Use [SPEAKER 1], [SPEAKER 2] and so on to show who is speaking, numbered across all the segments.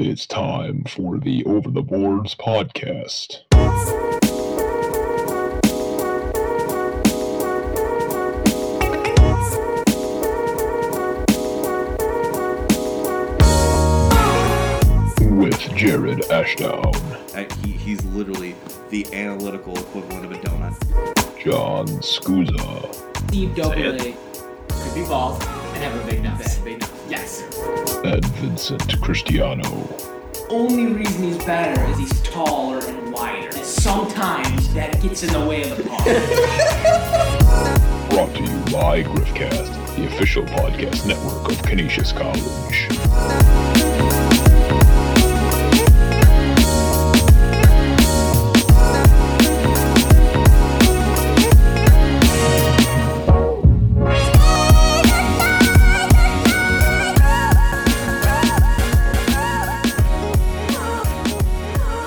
[SPEAKER 1] It's time for the Over the Boards podcast. With Jared Ashdown,
[SPEAKER 2] Uh, he, he's literally the analytical equivalent of a donut.
[SPEAKER 1] John Scusa,
[SPEAKER 3] Steve Dopele could be bald and have a big nuts. Big nuts. Yes.
[SPEAKER 1] and Vincent Cristiano.
[SPEAKER 3] Only reason he's better is he's taller and wider. And sometimes that gets in the way of the ball.
[SPEAKER 1] Brought to you by Griffcast, the official podcast network of Canisius College.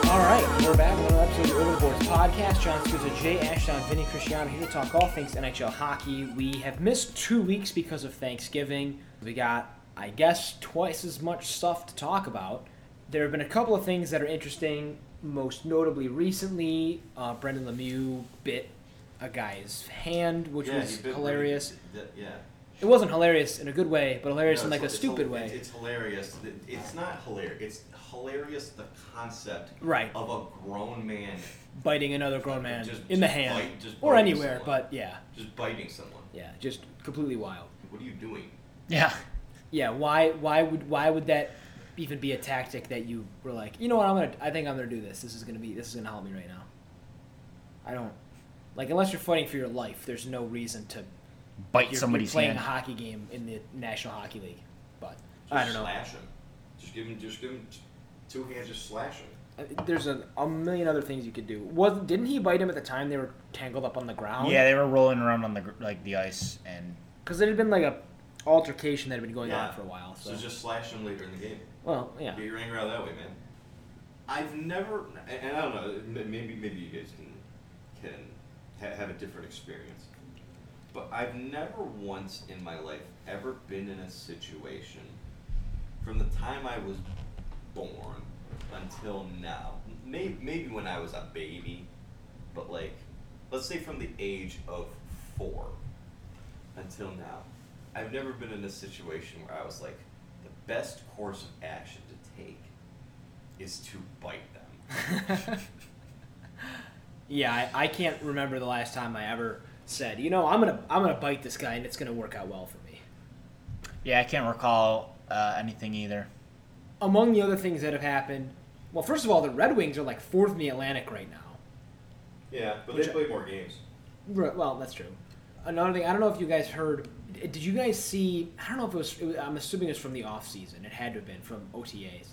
[SPEAKER 4] All right, we're back with another episode of the Over the Boards podcast. John Scusa, Jay Ashton, Vinny Cristiano here to talk all things NHL hockey. We have missed two weeks because of Thanksgiving. We got, I guess, twice as much stuff to talk about. There have been a couple of things that are interesting. Most notably, recently, uh, Brendan Lemieux bit a guy's hand, which was hilarious.
[SPEAKER 2] yeah.
[SPEAKER 4] It wasn't hilarious in a good way, but hilarious
[SPEAKER 2] No,
[SPEAKER 4] in like a
[SPEAKER 2] it's- it's-
[SPEAKER 4] stupid
[SPEAKER 2] it's-
[SPEAKER 4] way.
[SPEAKER 2] It's hilarious. It's not hilarious. It's hilarious the concept
[SPEAKER 4] Right.
[SPEAKER 2] of a grown man
[SPEAKER 4] biting another grown man
[SPEAKER 2] Just-
[SPEAKER 4] in the
[SPEAKER 2] just
[SPEAKER 4] hand
[SPEAKER 2] bite- just
[SPEAKER 4] or
[SPEAKER 2] bite
[SPEAKER 4] anywhere,
[SPEAKER 2] someone.
[SPEAKER 4] but yeah,
[SPEAKER 2] just biting someone.
[SPEAKER 4] yeah, just completely wild.
[SPEAKER 2] What are you doing?
[SPEAKER 4] Yeah. Yeah. Why? Why would? Why would that even be a tactic that you were like, you know what? I'm gonna. I think I'm gonna do this. This is gonna be. This is gonna help me right now. I don't. Like, unless you're fighting for your life, there's no reason to.
[SPEAKER 5] bite
[SPEAKER 4] You're,
[SPEAKER 5] somebody's
[SPEAKER 4] you're playing
[SPEAKER 5] hand.
[SPEAKER 4] a hockey game in the National Hockey League, but
[SPEAKER 2] Just
[SPEAKER 4] I don't know.
[SPEAKER 2] Slash him. Just give him. Just give him t- two hands. Just slash him.
[SPEAKER 4] Uh, There's a, a million other things you could do. Was didn't he bite him at the time they were tangled up on the ground?
[SPEAKER 5] Yeah, they were rolling around on the gr- like the ice, and
[SPEAKER 4] Because it had been like a altercation that had been going on for a while. So,
[SPEAKER 2] So just slash him later in the game.
[SPEAKER 4] well, yeah.
[SPEAKER 2] Get your anger out that way, man. I've never, and and I don't know. m- Maybe maybe you guys can can ha- have a different experience, but I've never once in my life ever been in a situation from the time I was born until now. Maybe maybe when I was a baby, but like, let's say from the age of four until now, I've never been in a situation where I was like, the best course of action to take is to bite them.
[SPEAKER 4] Yeah, I, I can't remember the last time I ever said, you know, I'm gonna I'm gonna bite this guy and it's gonna work out well for me.
[SPEAKER 5] yeah, I can't recall uh, anything either.
[SPEAKER 4] Among the other things that have happened, well, first of all, the Red Wings are like fourth in the Atlantic right now.
[SPEAKER 2] Yeah, but
[SPEAKER 4] Which
[SPEAKER 2] they
[SPEAKER 4] I-
[SPEAKER 2] play more games.
[SPEAKER 4] Right, well, that's true. Another thing, I don't know if you guys heard. d- Did you guys see? I don't know if it was. It was I'm assuming it's from the off season. It had to have been from OTAs.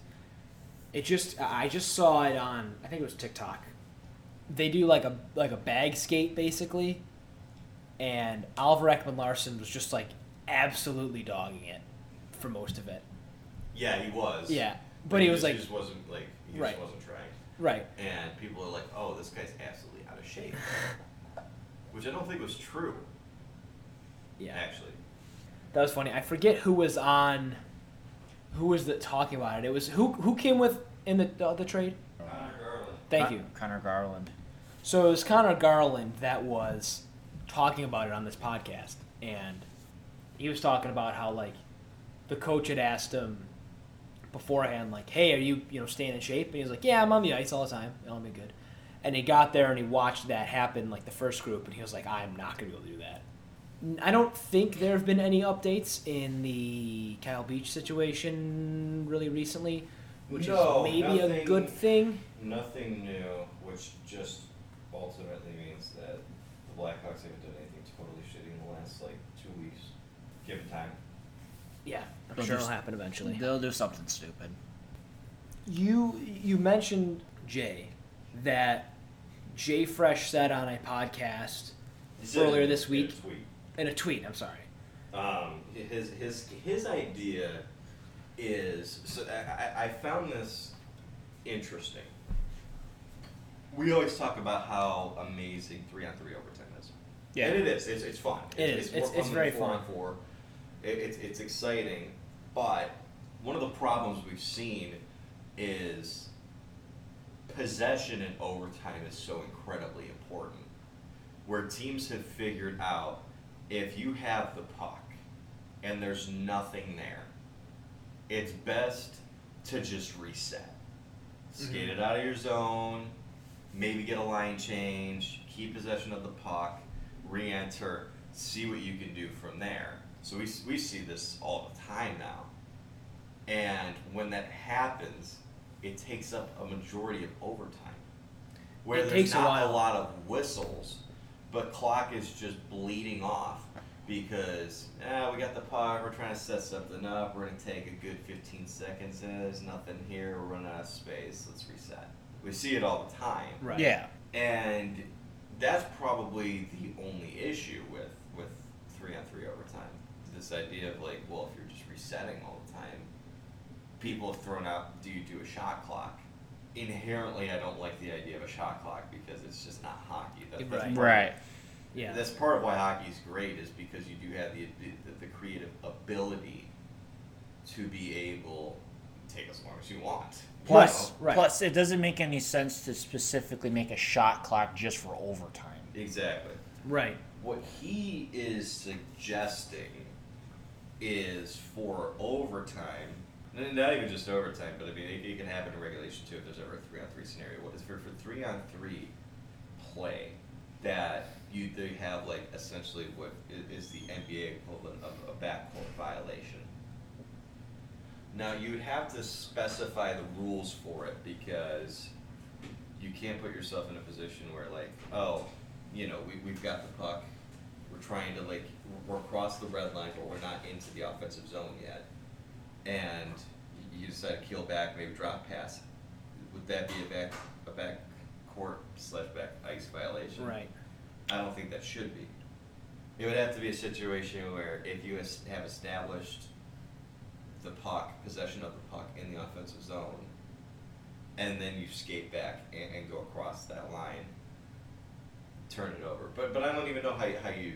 [SPEAKER 4] It just. I I just saw it on. I think it was TikTok. They do like a like a bag skate basically, and Oliver Ekman Larson was just like absolutely dogging it for most of it.
[SPEAKER 2] Yeah, he was.
[SPEAKER 4] Yeah, but he was
[SPEAKER 2] just-
[SPEAKER 4] like
[SPEAKER 2] just wasn't like he
[SPEAKER 4] Right.
[SPEAKER 2] just wasn't trying.
[SPEAKER 4] right.
[SPEAKER 2] And people are like, oh, this guy's absolutely out of shape, which I don't think was true.
[SPEAKER 4] Yeah.
[SPEAKER 2] Actually,
[SPEAKER 4] That was funny. I forget who was on, who was the, talking about it. It was who who came with in the uh, the trade.
[SPEAKER 2] Connor Garland.
[SPEAKER 4] Thank
[SPEAKER 5] Con-
[SPEAKER 4] you.
[SPEAKER 5] Connor Garland.
[SPEAKER 4] So it was Connor Garland that was talking about it on this podcast, and he was talking about how like the coach had asked him beforehand, like, "Hey, are you you know staying in shape?" And he was like, "Yeah, I'm on the ice all the time. It'll be good." And he got there and he watched that happen, like the first group, and he was like, "I'm not gonna be able to do that." N- I don't think there have been any updates in the Kyle Beach situation really recently, which
[SPEAKER 2] No,
[SPEAKER 4] is maybe a
[SPEAKER 2] nothing.
[SPEAKER 4] good thing.
[SPEAKER 2] Nothing new, which just ultimately means that the Blackhawks haven't done anything totally shitty in the last like two weeks, given time.
[SPEAKER 4] Yeah, I'm
[SPEAKER 5] They'll
[SPEAKER 4] sure
[SPEAKER 5] just-
[SPEAKER 4] it'll happen eventually.
[SPEAKER 5] They'll do something stupid.
[SPEAKER 4] You you mentioned Jay that Jay Fresh said on a podcast earlier this week in a tweet. I'm sorry.
[SPEAKER 2] Um, his his his idea is so I, I- I found this interesting. We always talk about how amazing three on three overtime is.
[SPEAKER 5] Yeah.
[SPEAKER 2] and it is. It's it's fun.
[SPEAKER 4] It is.
[SPEAKER 2] more
[SPEAKER 4] It's- it's
[SPEAKER 2] than
[SPEAKER 4] very
[SPEAKER 2] four
[SPEAKER 4] fun.
[SPEAKER 2] on Four, It- it's it's exciting, but one of the problems we've seen is possession in overtime is so incredibly important. Where teams have figured out if you have the puck and there's nothing there, it's best to just reset. Skate it
[SPEAKER 4] Mm-hmm.
[SPEAKER 2] out of your zone, maybe get a line change, keep possession of the puck, re enter, see what you can do from there. So we, we see this all the time now. And when that happens, it takes up a majority of overtime. Where
[SPEAKER 4] It
[SPEAKER 2] there's
[SPEAKER 4] takes a
[SPEAKER 2] not
[SPEAKER 4] while.
[SPEAKER 2] lot of whistles, but clock is just bleeding off because ah, we got the puck, we're trying to set something up, we're going to take a good 15 seconds, and there's nothing here, we're running out of space, let's reset. We see it all the time.
[SPEAKER 4] Right.
[SPEAKER 5] Yeah.
[SPEAKER 2] And that's probably the only issue with with three on three overtime. This idea of like, well, if you're just resetting all the time, people have thrown out, do you do a shot clock? Inherently, I don't like the idea of a shot clock because it's just not hockey. That, that's,
[SPEAKER 4] Right.
[SPEAKER 5] Right.
[SPEAKER 4] Yeah.
[SPEAKER 2] that's part of why hockey's great is because you do have the the, the creative ability to be able to take as long as you want. you
[SPEAKER 5] Plus,
[SPEAKER 2] know?
[SPEAKER 4] Right.
[SPEAKER 5] plus, it doesn't make any sense to specifically make a shot clock just for overtime.
[SPEAKER 2] exactly.
[SPEAKER 4] right.
[SPEAKER 2] what he is suggesting is for overtime, n- not even just overtime, but I mean, it, it can happen in regulation too if there's ever a three on three scenario. What is for, for three on three play that you they have like essentially what i- is the NBA equivalent of a backcourt violation? Now you would have to specify the rules for it because you can't put yourself in a position where like, oh, you know, we, we've got the puck, we're trying to like, we're across the red line, but we're not into the offensive zone yet, and you decide to keel back, maybe drop pass. Would that be a back a back court slash back ice violation?
[SPEAKER 4] Right.
[SPEAKER 2] I don't think that should be. It would have to be a situation where if you es- have established the puck, possession of the puck in the offensive zone, and then you skate back and, and go across that line, turn it over. But but I don't even know how you, how you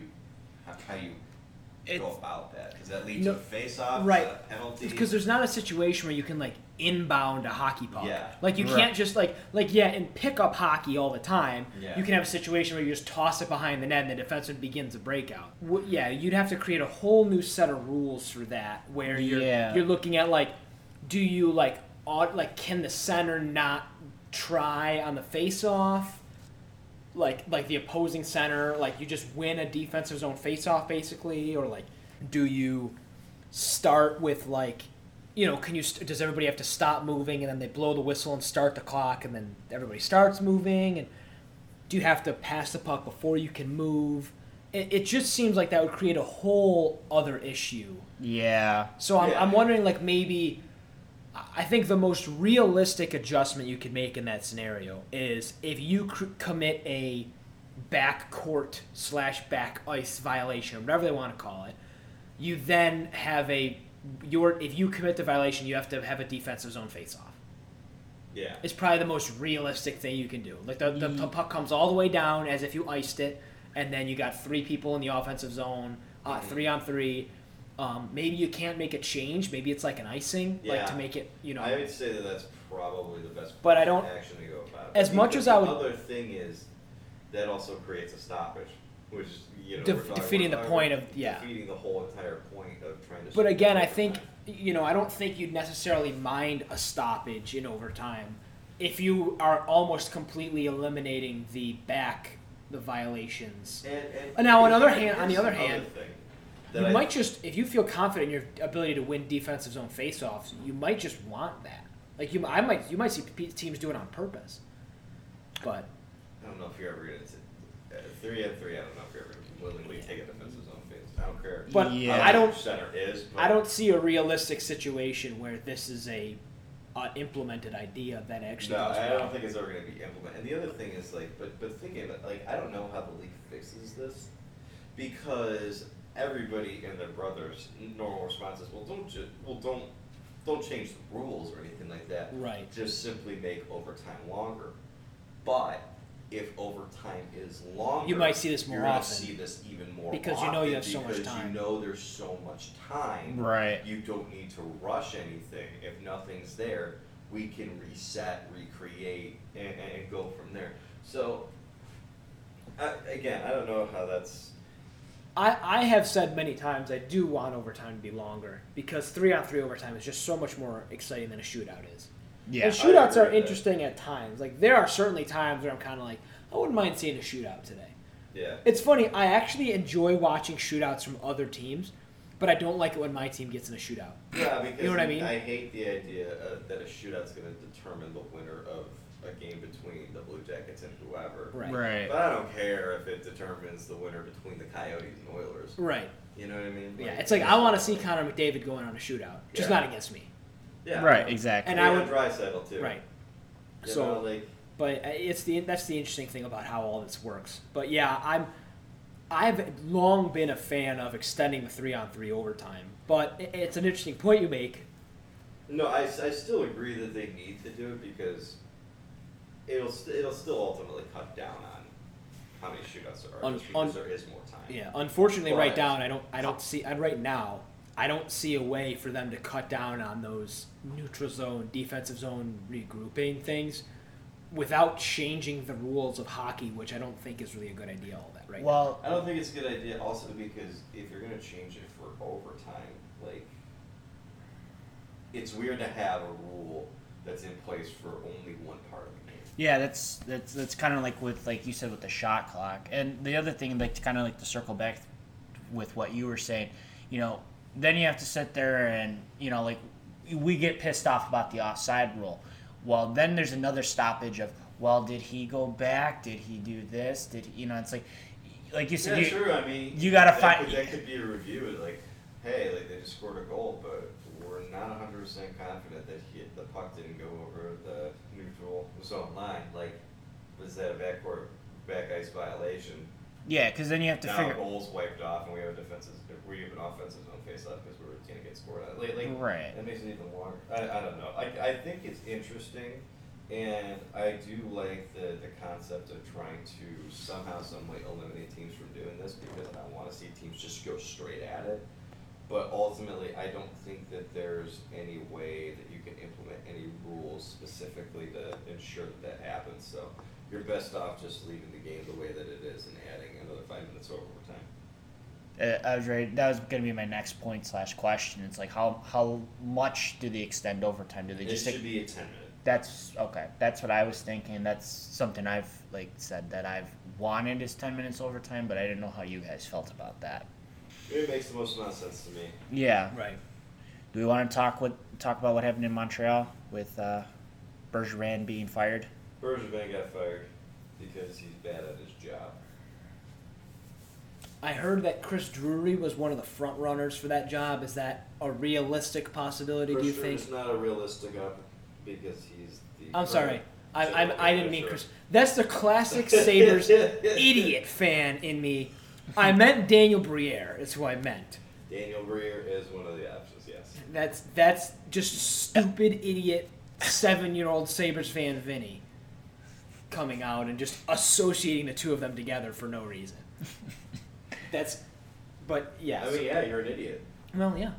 [SPEAKER 2] how, how you go
[SPEAKER 5] It's-
[SPEAKER 2] about that because that leads
[SPEAKER 4] No,
[SPEAKER 2] to uh, a face off,
[SPEAKER 4] right.
[SPEAKER 2] Penalty.
[SPEAKER 4] Because there's not a situation where you can like inbound a hockey puck.
[SPEAKER 2] Yeah.
[SPEAKER 4] Like you
[SPEAKER 5] Right.
[SPEAKER 4] can't just like like yeah, in pickup hockey all the time,
[SPEAKER 2] Yeah.
[SPEAKER 4] you can have a situation where you just toss it behind the net and the defenseman begins a breakout. W- yeah, you'd have to create a whole new set of rules for that where you're
[SPEAKER 5] Yeah.
[SPEAKER 4] you're looking at like do you like odd like can the center not try on the face off? like like the opposing center like you just win a defensive zone faceoff basically or like do you start with like you know can you st- does everybody have to stop moving and then they blow the whistle and start the clock and then everybody starts moving and do you have to pass the puck before you can move it, it just seems like that would create a whole other issue
[SPEAKER 5] Yeah.
[SPEAKER 4] so I'm,
[SPEAKER 2] Yeah.
[SPEAKER 4] I'm wondering, like, maybe I think the most realistic adjustment you could make in that scenario is if you cr- commit a back court slash back ice violation, whatever they want to call it, you then have a your if you commit the violation, you have to have a defensive zone face off.
[SPEAKER 2] yeah.
[SPEAKER 4] It's probably the most realistic thing you can do. Like the, the,
[SPEAKER 2] Mm.
[SPEAKER 4] the
[SPEAKER 5] Ye-
[SPEAKER 4] puck comes all the way down as if you iced it, and then you got three people in the offensive zone, uh,
[SPEAKER 2] Mm-hmm.
[SPEAKER 4] three on three. Um, maybe you can't make a change. Maybe it's like an icing, like to
[SPEAKER 2] Yeah.
[SPEAKER 4] make it, you know.
[SPEAKER 2] I would say that that's probably the best.
[SPEAKER 4] But I
[SPEAKER 2] course of
[SPEAKER 4] don't-
[SPEAKER 2] action to go about. it.
[SPEAKER 4] as much
[SPEAKER 2] Because
[SPEAKER 4] as I
[SPEAKER 2] the
[SPEAKER 4] would-
[SPEAKER 2] Other thing is, that also creates a stoppage, which is, you know
[SPEAKER 4] Def-
[SPEAKER 2] we're talking-
[SPEAKER 4] defeating
[SPEAKER 2] we're
[SPEAKER 4] the
[SPEAKER 2] talking
[SPEAKER 4] point
[SPEAKER 2] about
[SPEAKER 4] of- yeah.
[SPEAKER 2] defeating the whole entire point of trying to.
[SPEAKER 4] but
[SPEAKER 2] stop
[SPEAKER 4] again, I
[SPEAKER 2] overtime.
[SPEAKER 4] think you know I don't think you'd necessarily mind a stoppage in overtime if you are almost completely eliminating the back the violations.
[SPEAKER 2] And, and
[SPEAKER 4] And now on
[SPEAKER 2] here's
[SPEAKER 4] other
[SPEAKER 2] the-
[SPEAKER 4] hand- on the
[SPEAKER 2] here's
[SPEAKER 4] other
[SPEAKER 2] another
[SPEAKER 4] hand,
[SPEAKER 2] thing that
[SPEAKER 4] You
[SPEAKER 2] I-
[SPEAKER 4] might just if you feel confident in your ability to win defensive zone faceoffs, you might just want that. Like you, I might you might see p- teams do it on purpose. But
[SPEAKER 2] I don't know if you're ever gonna t- uh, three and three. I don't know if you're ever willingly take a defensive zone face. I don't care.
[SPEAKER 4] But
[SPEAKER 5] Yeah.
[SPEAKER 4] I don't-
[SPEAKER 2] Which center is. But
[SPEAKER 4] I don't see a realistic situation where this is a uh, implemented idea that actually.
[SPEAKER 2] No,
[SPEAKER 4] goes
[SPEAKER 2] I don't
[SPEAKER 4] well.
[SPEAKER 2] think it's ever going to be implemented. And the other thing is like, but but thinking about like, I don't know how the league fixes this because everybody and their brothers' normal response is, well, don't ju- well, don't don't change the rules or anything like that.
[SPEAKER 4] Right.
[SPEAKER 2] Just simply make overtime longer. But if overtime is longer,
[SPEAKER 4] You might see this more
[SPEAKER 2] you're gonna
[SPEAKER 4] often.
[SPEAKER 2] see this even more
[SPEAKER 4] Because you know
[SPEAKER 2] often
[SPEAKER 4] you have so much
[SPEAKER 2] because
[SPEAKER 4] time.
[SPEAKER 2] You know there's so much time
[SPEAKER 5] Right.
[SPEAKER 2] you don't need to rush anything if nothing's there we can reset, recreate, and, and and go from there. So, I, again, I don't know how that's.
[SPEAKER 4] I, I have said many times I do want overtime to be longer because three on three overtime is just so much more exciting than a shootout is.
[SPEAKER 5] Yeah.
[SPEAKER 4] And shootouts
[SPEAKER 2] agree
[SPEAKER 4] are
[SPEAKER 2] with that.
[SPEAKER 4] interesting at times. Like there are certainly times where I'm kind of like, I wouldn't mind seeing a shootout today.
[SPEAKER 2] Yeah.
[SPEAKER 4] It's funny. I actually enjoy watching shootouts from other teams, but I don't like it when my team gets in a shootout.
[SPEAKER 2] Yeah, because
[SPEAKER 4] You know what I mean?
[SPEAKER 2] I hate the idea uh, that a shootout's going to determine the winner of a game between the Blue Jackets and whoever.
[SPEAKER 4] Right.
[SPEAKER 5] Right.
[SPEAKER 2] But I don't care if it determines the winner between the Coyotes and Oilers.
[SPEAKER 4] Right.
[SPEAKER 2] You know what I mean?
[SPEAKER 4] Yeah. It's like I want to see Connor McDavid going on a shootout, just
[SPEAKER 2] Yeah.
[SPEAKER 4] not against me.
[SPEAKER 2] Yeah.
[SPEAKER 5] Right. Exactly.
[SPEAKER 4] And
[SPEAKER 2] And
[SPEAKER 4] I
[SPEAKER 2] I
[SPEAKER 4] would-
[SPEAKER 2] would dry settle too.
[SPEAKER 4] Right.
[SPEAKER 2] You
[SPEAKER 4] So-
[SPEAKER 2] know, like
[SPEAKER 4] But uh, it's the that's the interesting thing about how all this works. But yeah, I'm I've long been a fan of extending the three on three overtime. But i- it's an interesting point you make.
[SPEAKER 2] no, I, I still agree that they need to do it because it'll st- it'll still ultimately cut down on how many shootouts there are
[SPEAKER 4] On-
[SPEAKER 2] just because
[SPEAKER 4] on-
[SPEAKER 2] there is more time.
[SPEAKER 4] Yeah, unfortunately, right
[SPEAKER 2] Right.
[SPEAKER 4] down I don't I don't see and right now I don't see a way for them to cut down on those neutral zone defensive zone regrouping things without changing the rules of hockey, which I don't think is really a good idea. All that right. now.
[SPEAKER 5] well,
[SPEAKER 2] I don't think it's a good idea also because if you're gonna change it for overtime, like it's weird to have a rule that's in place for only one part of the game.
[SPEAKER 5] Yeah, that's that's that's kind of like with like you said with the shot clock, and the other thing like to kind of like to circle back with what you were saying, you know, then you have to sit there and you know like we get pissed off about the offside rule. Well, then there's another stoppage of well, did he go back? Did he do this? Did he, you know? It's like like you said,
[SPEAKER 2] yeah,
[SPEAKER 5] you-
[SPEAKER 2] true. I mean,
[SPEAKER 5] you gotta
[SPEAKER 2] that
[SPEAKER 5] find-
[SPEAKER 2] Could, that could be a review. it's Like, hey, like they just scored a goal, but we're not 100 percent confident that he, the puck didn't go over the neutral zone line. Like, was that a backcourt back ice violation?
[SPEAKER 5] yeah, because then you have to
[SPEAKER 2] now
[SPEAKER 5] figure
[SPEAKER 2] goals wiped off, and we have a defensive. We have an offensive zone face off because we're gonna get scored on. Like, like
[SPEAKER 5] Right.
[SPEAKER 2] That makes it even longer. I, I don't know. I, I think it's interesting, and I do like the the concept of trying to somehow, some way, eliminate teams from doing this because I want to see teams just go straight at it. But ultimately, I don't think that there's any way that you can implement any rules specifically to ensure that that happens. So you're best off just leaving the game the way that it is and adding another five minutes of overtime.
[SPEAKER 5] Uh, I was ready. That was going to be my next point slash question. It's like how how much do they extend overtime? Do they
[SPEAKER 2] It
[SPEAKER 5] just
[SPEAKER 2] should be a ten minute.
[SPEAKER 5] That's okay. That's what I was thinking. That's something I've like said that I've wanted is ten minutes overtime, but I didn't know how you guys felt about that.
[SPEAKER 2] It makes the most amount of sense to me.
[SPEAKER 5] Yeah.
[SPEAKER 4] right.
[SPEAKER 5] Do we want to talk what talk about what happened in Montreal with uh, Bergeron being fired?
[SPEAKER 2] Bergevin got fired because he's bad at his job.
[SPEAKER 4] I heard that Chris Drury was one of the front runners for that job. Is that a realistic possibility? do you
[SPEAKER 2] Bergevin
[SPEAKER 4] think?
[SPEAKER 2] is not a realistic up because he's the.
[SPEAKER 4] I'm
[SPEAKER 2] current
[SPEAKER 4] sorry. I,
[SPEAKER 2] general
[SPEAKER 4] I, I didn't mean
[SPEAKER 2] manager.
[SPEAKER 4] Chris. That's the classic Sabres idiot fan in me. I meant Daniel Briere. Is who I meant.
[SPEAKER 2] Daniel Breer is one of the options. Yes.
[SPEAKER 4] That's that's just stupid idiot seven year old Sabres fan Vinny coming out and just associating the two of them together for no reason. That's, but yeah.
[SPEAKER 2] I mean, yeah, you're an idiot.
[SPEAKER 4] well, yeah.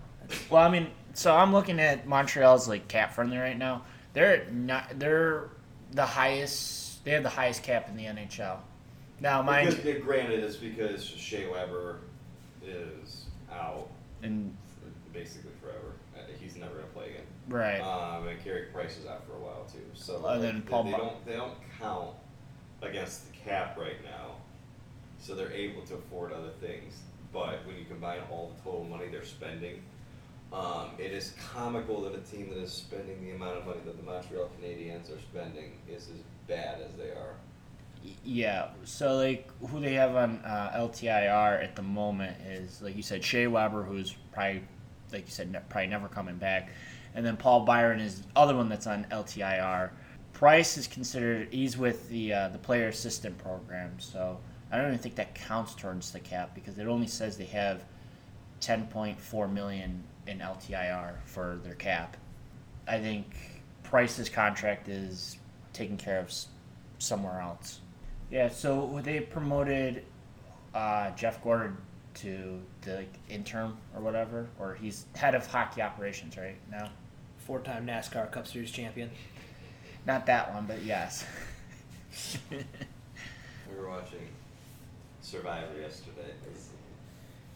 [SPEAKER 5] Well, I mean, so I'm looking at Montreal's like cap friendly right now. They're not. They're the highest. They have the highest cap in the NHL. Now, mind
[SPEAKER 2] Because, uh, granted, it's because Shea Weber is out
[SPEAKER 5] and
[SPEAKER 2] for basically forever. Uh, He's never gonna play again.
[SPEAKER 5] right.
[SPEAKER 2] Um, and Carey Price is out for a while too. So
[SPEAKER 5] And then
[SPEAKER 2] they-
[SPEAKER 5] Paul
[SPEAKER 2] they,
[SPEAKER 5] Mar-
[SPEAKER 2] don't they don't count against the cap right now, so they're able to afford other things. But when you combine all the total money they're spending, um, it is comical that a team that is spending the amount of money that the Montreal Canadiens are spending is as bad as they are.
[SPEAKER 5] Yeah. So like, who they have on uh, LTIR at the moment is like you said, Shea Weber, who's probably, like you said, ne- probably never coming back, and then Paul Byron is the other one that's on LTIR. Price is considered. He's with the uh, the player assistant program, so I don't even think that counts towards the cap because it only says they have ten point four million in LTIR for their cap. I think Price's contract is taken care of s- somewhere else. Yeah, so they promoted uh, Jeff Gordon to the like, interim or whatever, or he's head of hockey operations right now.
[SPEAKER 4] four-time NASCAR Cup Series champion.
[SPEAKER 5] Not that one, but yes.
[SPEAKER 2] We were watching Survivor yesterday,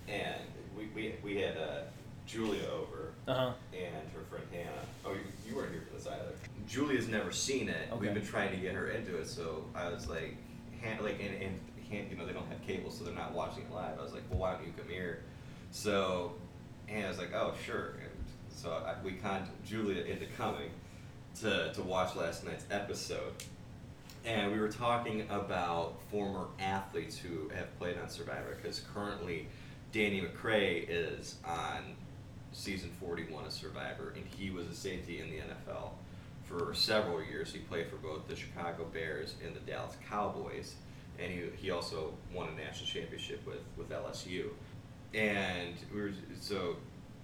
[SPEAKER 2] and we we, we had uh, Julia over
[SPEAKER 4] Uh
[SPEAKER 5] Uh-huh.
[SPEAKER 4] huh.
[SPEAKER 2] and her friend Hannah. Oh, you, you weren't here for this either. Julia's never seen it.
[SPEAKER 4] Okay.
[SPEAKER 2] We've been trying to get her into it, so I was like, Han, like, and, and Han, you know, they don't have cable, so they're not watching it live. I was like, well, why don't you come here? So Hannah was like, oh, sure. And so I, we conned Julia into coming to, to watch last night's episode. And we were talking about former athletes who have played on Survivor because currently Danny McRae is on season 41 of Survivor, and he was a safety in the NFL for several years. He played for both the Chicago Bears and the Dallas Cowboys, and he, he also won a national championship with, with LSU. And we were so,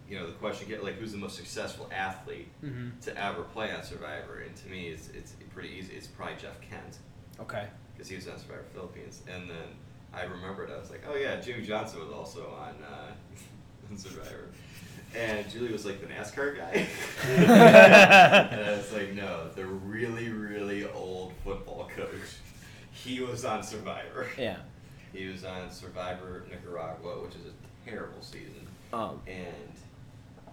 [SPEAKER 2] you know, the question get like who's the most successful athlete
[SPEAKER 4] Mm-hmm.
[SPEAKER 2] to ever play on Survivor, and to me, it's, it's pretty easy. It's probably Jeff Kent
[SPEAKER 4] Okay.
[SPEAKER 2] because he was on Survivor Philippines, and then I remembered I was like, oh yeah, Jimmy Johnson was also on, uh, on Survivor, and Julie was like the NASCAR guy, and I was like, no, the really really old football coach, he was on Survivor.
[SPEAKER 4] Yeah.
[SPEAKER 2] He was on Survivor Nicaragua, which is a terrible season,
[SPEAKER 4] Um.
[SPEAKER 2] and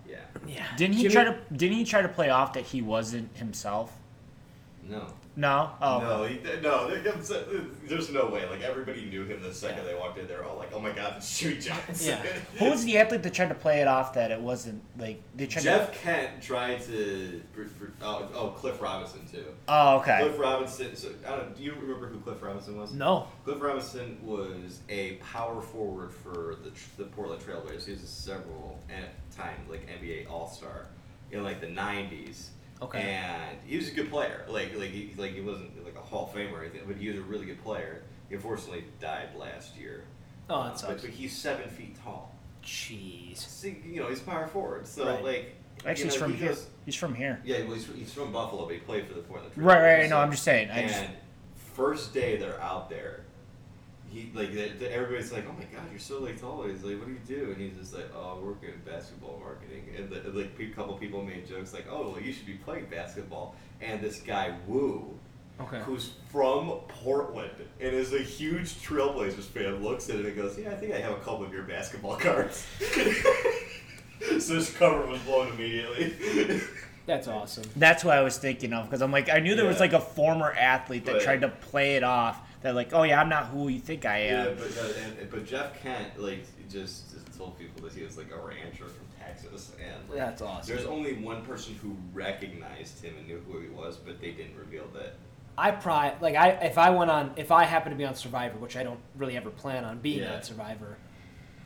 [SPEAKER 2] yeah,
[SPEAKER 4] Yeah.
[SPEAKER 5] didn't he
[SPEAKER 4] Jimmy-
[SPEAKER 5] try to? Didn't he try to play off that he wasn't himself?
[SPEAKER 2] no.
[SPEAKER 5] No. Oh.
[SPEAKER 2] No, he, no, there- there's- there's no way. Like everybody knew him the second they walked in. They're all like, "Oh my God, it's Jimmy Johnson."
[SPEAKER 4] Yeah.
[SPEAKER 5] Who was the athlete that tried to play it off that it wasn't like they tried?
[SPEAKER 2] Jeff
[SPEAKER 5] To,
[SPEAKER 2] Kent tried to. for- for- Oh, oh, Cliff Robinson too.
[SPEAKER 5] oh, okay.
[SPEAKER 2] Cliff Robinson. So, I don't, do you remember who Cliff Robinson was?
[SPEAKER 4] No.
[SPEAKER 2] Cliff Robinson was a power forward for the, tr- the Portland Trailblazers. He was a several a- time like NBA All Star in like the '90s.
[SPEAKER 4] Okay.
[SPEAKER 2] And he was a good player. Like like he like he wasn't like a Hall of Famer or anything, but he was a really good player. He unfortunately died last year.
[SPEAKER 4] Oh,
[SPEAKER 2] Uh,
[SPEAKER 4] that
[SPEAKER 2] but,
[SPEAKER 4] sucks.
[SPEAKER 2] but he's seven feet tall.
[SPEAKER 4] Jeez.
[SPEAKER 2] So, you know he's power forward. So
[SPEAKER 4] Right.
[SPEAKER 2] like
[SPEAKER 5] Actually,
[SPEAKER 2] you
[SPEAKER 5] he's
[SPEAKER 2] know,
[SPEAKER 5] from
[SPEAKER 2] he
[SPEAKER 5] here.
[SPEAKER 2] goes-
[SPEAKER 5] he's from here.
[SPEAKER 2] yeah, well, he's, he's from Buffalo, but he played for the Portland. Trail
[SPEAKER 5] Right, right,
[SPEAKER 2] Blazers.
[SPEAKER 5] no, I'm just saying, I
[SPEAKER 2] and
[SPEAKER 5] just-
[SPEAKER 2] first day they're out there, he like the, the, everybody's like, "Oh my God, you're so like tall." He's like, "What do you do?" And he's just like, "Oh, I work in basketball marketing." And the, like a couple people made jokes like, "Oh, well, you should be playing basketball." And this guy Woo,
[SPEAKER 4] Okay.
[SPEAKER 2] who's from Portland and is a huge Trailblazers fan, looks at it and goes, "Yeah, I think I have a couple of your basketball cards." so his cover was blown immediately.
[SPEAKER 4] That's awesome.
[SPEAKER 5] That's what I was thinking of because I'm like I knew there was
[SPEAKER 2] Yeah.
[SPEAKER 5] like a former athlete that
[SPEAKER 2] But-
[SPEAKER 5] tried to play it off that like oh yeah I'm not who you think I
[SPEAKER 2] Yeah,
[SPEAKER 5] am.
[SPEAKER 2] but, uh, and, but Jeff Kent like just told people that he was like a rancher from Texas, and like,
[SPEAKER 4] That's awesome.
[SPEAKER 2] there's only one person who recognized him and knew who he was, but they didn't reveal that.
[SPEAKER 4] I probably like I if I went on if I happen to be on Survivor, which I don't really ever plan on being
[SPEAKER 2] Yeah.
[SPEAKER 4] on Survivor.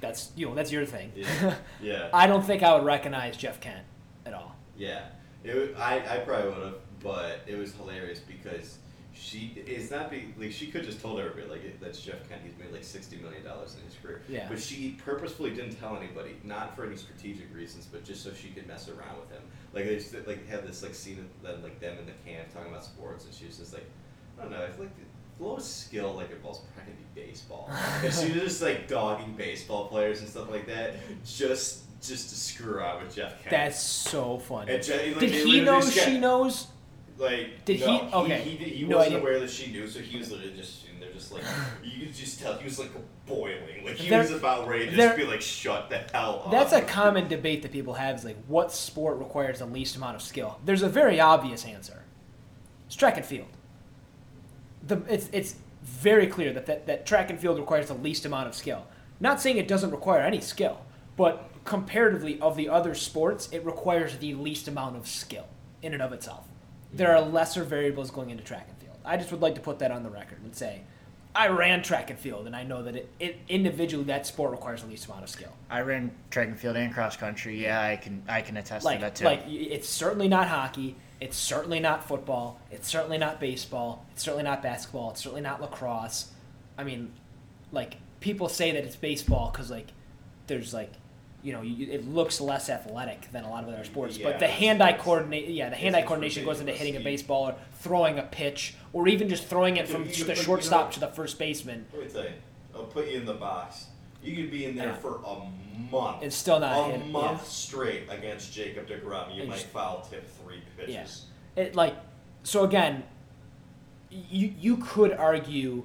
[SPEAKER 4] That's you know that's your thing.
[SPEAKER 2] Yeah, yeah,
[SPEAKER 4] I don't think I would recognize Jeff Kent at all.
[SPEAKER 2] yeah. It wa- I I probably would have, but it was hilarious because she it's not be like she could just told everybody like it- that's Jeff Kent. He's made like sixty million dollars in his career.
[SPEAKER 4] Yeah.
[SPEAKER 2] But she purposefully didn't tell anybody, not for any strategic reasons, but just so she could mess around with him. Like they just like had this like scene of them like them in the camp talking about sports, and she was just like, I don't know, I feel like the lowest skill like involves probably gonna be baseball, and she was just like dogging baseball players and stuff like that, just just to screw out with Jeff Kent.
[SPEAKER 4] That's so funny.
[SPEAKER 2] And Je- like,
[SPEAKER 4] Did
[SPEAKER 2] they
[SPEAKER 4] he know
[SPEAKER 2] literally just
[SPEAKER 4] she
[SPEAKER 2] kept-
[SPEAKER 4] knows?
[SPEAKER 2] like
[SPEAKER 4] Did
[SPEAKER 2] no,
[SPEAKER 4] he- okay.
[SPEAKER 2] He, he, he
[SPEAKER 4] No
[SPEAKER 2] wasn't
[SPEAKER 4] idea.
[SPEAKER 2] aware that she knew, so he was literally just sitting there, just like you could just tell he was like boiling, like he
[SPEAKER 4] There-
[SPEAKER 2] was about ready to
[SPEAKER 4] there-
[SPEAKER 2] just be like, "Shut the hell up."
[SPEAKER 4] That's a common debate that people have is like what sport requires the least amount of skill. There's a very obvious answer. It's track and field. The, it's, it's very clear that, that that track and field requires the least amount of skill. Not saying it doesn't require any skill, but comparatively of the other sports, it requires the least amount of skill in and of itself. There are lesser variables going into track and field. I just would like to put that on the record and say, I ran track and field, and I know that it, it individually that sport requires the least amount of skill.
[SPEAKER 5] I ran track and field and cross country. Yeah, I can I can attest
[SPEAKER 4] like
[SPEAKER 5] to that too.
[SPEAKER 4] like y- it's certainly not hockey it's certainly not football it's certainly not baseball it's certainly not basketball it's certainly not lacrosse i mean like people say that it's baseball because like there's like you know you, it looks less athletic than a lot of other sports
[SPEAKER 2] Yeah,
[SPEAKER 4] but the
[SPEAKER 2] it's-
[SPEAKER 4] hand-eye
[SPEAKER 2] it's-
[SPEAKER 4] coordinate yeah the
[SPEAKER 2] it's-
[SPEAKER 4] hand-eye
[SPEAKER 2] it's
[SPEAKER 4] coordination goes into
[SPEAKER 2] ridiculous.
[SPEAKER 4] hitting a
[SPEAKER 2] You-
[SPEAKER 4] baseball or throwing a pitch or even just throwing it
[SPEAKER 2] Dude,
[SPEAKER 4] from
[SPEAKER 2] you-
[SPEAKER 4] the
[SPEAKER 2] but you know-
[SPEAKER 4] shortstop to the first baseman
[SPEAKER 2] Let me tell you, I'll put you in the box. You You could be in there
[SPEAKER 4] Yeah.
[SPEAKER 2] for a month.
[SPEAKER 4] And still not
[SPEAKER 2] a
[SPEAKER 4] hit- yeah.
[SPEAKER 2] month straight against Jacob DeGrom. You
[SPEAKER 4] And
[SPEAKER 2] might
[SPEAKER 4] just-
[SPEAKER 2] foul tip three pitches.
[SPEAKER 4] Yes. It like so again, you you could argue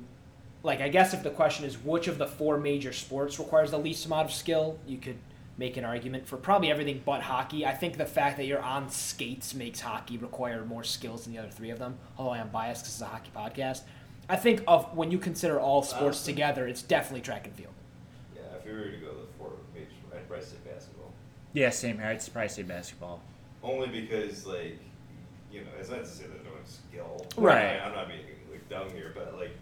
[SPEAKER 4] like I guess if the question is which of the four major sports requires the least amount of skill, you could make an argument for probably everything but hockey. I think the fact that you're on skates makes hockey require more skills than the other three of them, although I am biased because it's a hockey podcast. I think of when you consider all sports
[SPEAKER 2] Honestly.
[SPEAKER 4] together, it's definitely track and field.
[SPEAKER 2] Yeah, if we were to go to the four major, I'd probably say basketball.
[SPEAKER 5] Yeah, same here. I'd probably say basketball.
[SPEAKER 2] Only because, like, you know, it's not to say that I don't have skill.
[SPEAKER 5] Right.
[SPEAKER 2] I, am not being like dumb here, but like,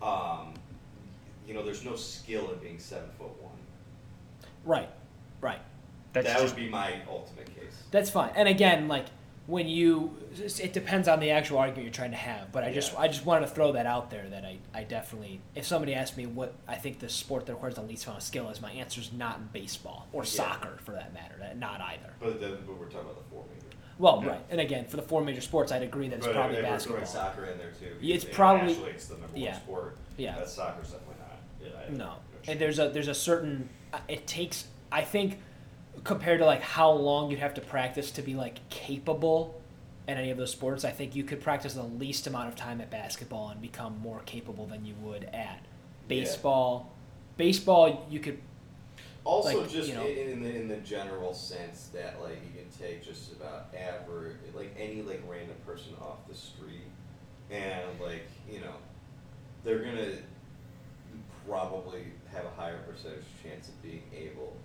[SPEAKER 2] um, you know, there's no skill in being seven foot one.
[SPEAKER 4] Right. Right.
[SPEAKER 5] That's
[SPEAKER 2] that
[SPEAKER 5] just,
[SPEAKER 2] would be my ultimate case.
[SPEAKER 4] That's fine. And again, like when you, it depends on the actual argument you're trying to have. But I just,
[SPEAKER 2] Yeah.
[SPEAKER 4] I just wanted to throw that out there that I, I definitely, if somebody asked me what I think the sport that requires the least amount of skill is, my answer is not baseball or
[SPEAKER 2] Yeah.
[SPEAKER 4] soccer for that matter. That- Not either.
[SPEAKER 2] But, the, but we're talking about the four major.
[SPEAKER 4] Well,
[SPEAKER 5] Yeah.
[SPEAKER 4] right. And again, for the four major sports, I'd agree that it's
[SPEAKER 2] but
[SPEAKER 4] probably
[SPEAKER 2] if we're
[SPEAKER 4] basketball.
[SPEAKER 2] throwing soccer in there too.
[SPEAKER 4] Yeah, it's
[SPEAKER 2] because
[SPEAKER 4] probably-
[SPEAKER 2] internationally it's the number
[SPEAKER 4] yeah.
[SPEAKER 2] one sport.
[SPEAKER 4] Yeah.
[SPEAKER 2] That's soccer, definitely not. Yeah, I-
[SPEAKER 4] No,
[SPEAKER 2] sure.
[SPEAKER 4] and there's a there's a certain uh, it takes. I think compared to like how long you'd have to practice to be like capable in any of those sports, I think you could practice the least amount of time at basketball and become more capable than you would at baseball. Baseball, you could
[SPEAKER 2] Also,
[SPEAKER 4] Like,
[SPEAKER 2] just
[SPEAKER 4] you know-
[SPEAKER 2] i- in, in the in the general sense that like you can take just about average, like any like random person off the street, and like you know, they're gonna probably have a higher percentage chance of being able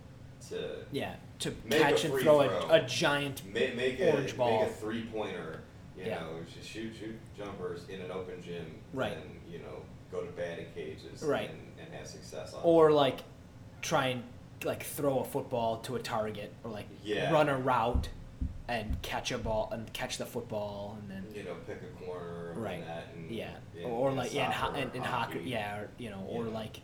[SPEAKER 2] to
[SPEAKER 4] yeah to
[SPEAKER 2] Make a
[SPEAKER 4] catch and
[SPEAKER 2] free
[SPEAKER 4] throw,
[SPEAKER 2] throw.
[SPEAKER 4] A, a giant
[SPEAKER 2] make, make a
[SPEAKER 4] Orange ball.
[SPEAKER 2] make a three pointer. You
[SPEAKER 4] Yeah.
[SPEAKER 2] know, sh- shoot shoot jumpers in an open gym,
[SPEAKER 4] Right.
[SPEAKER 2] and you know, go to batting cages,
[SPEAKER 4] Right.
[SPEAKER 2] and, and have success on.
[SPEAKER 4] or like try and like throw a football to a target or like
[SPEAKER 2] Yeah.
[SPEAKER 4] run a route and catch a ball and catch the football and then
[SPEAKER 2] you know, pick a corner, and
[SPEAKER 4] Right.
[SPEAKER 2] That and,
[SPEAKER 4] Yeah.
[SPEAKER 2] and-
[SPEAKER 4] or
[SPEAKER 2] and
[SPEAKER 4] like yeah, in, ho-
[SPEAKER 2] soccer
[SPEAKER 4] in,
[SPEAKER 2] or
[SPEAKER 4] in hockey, yeah, or, you know, or
[SPEAKER 2] Yeah.
[SPEAKER 4] like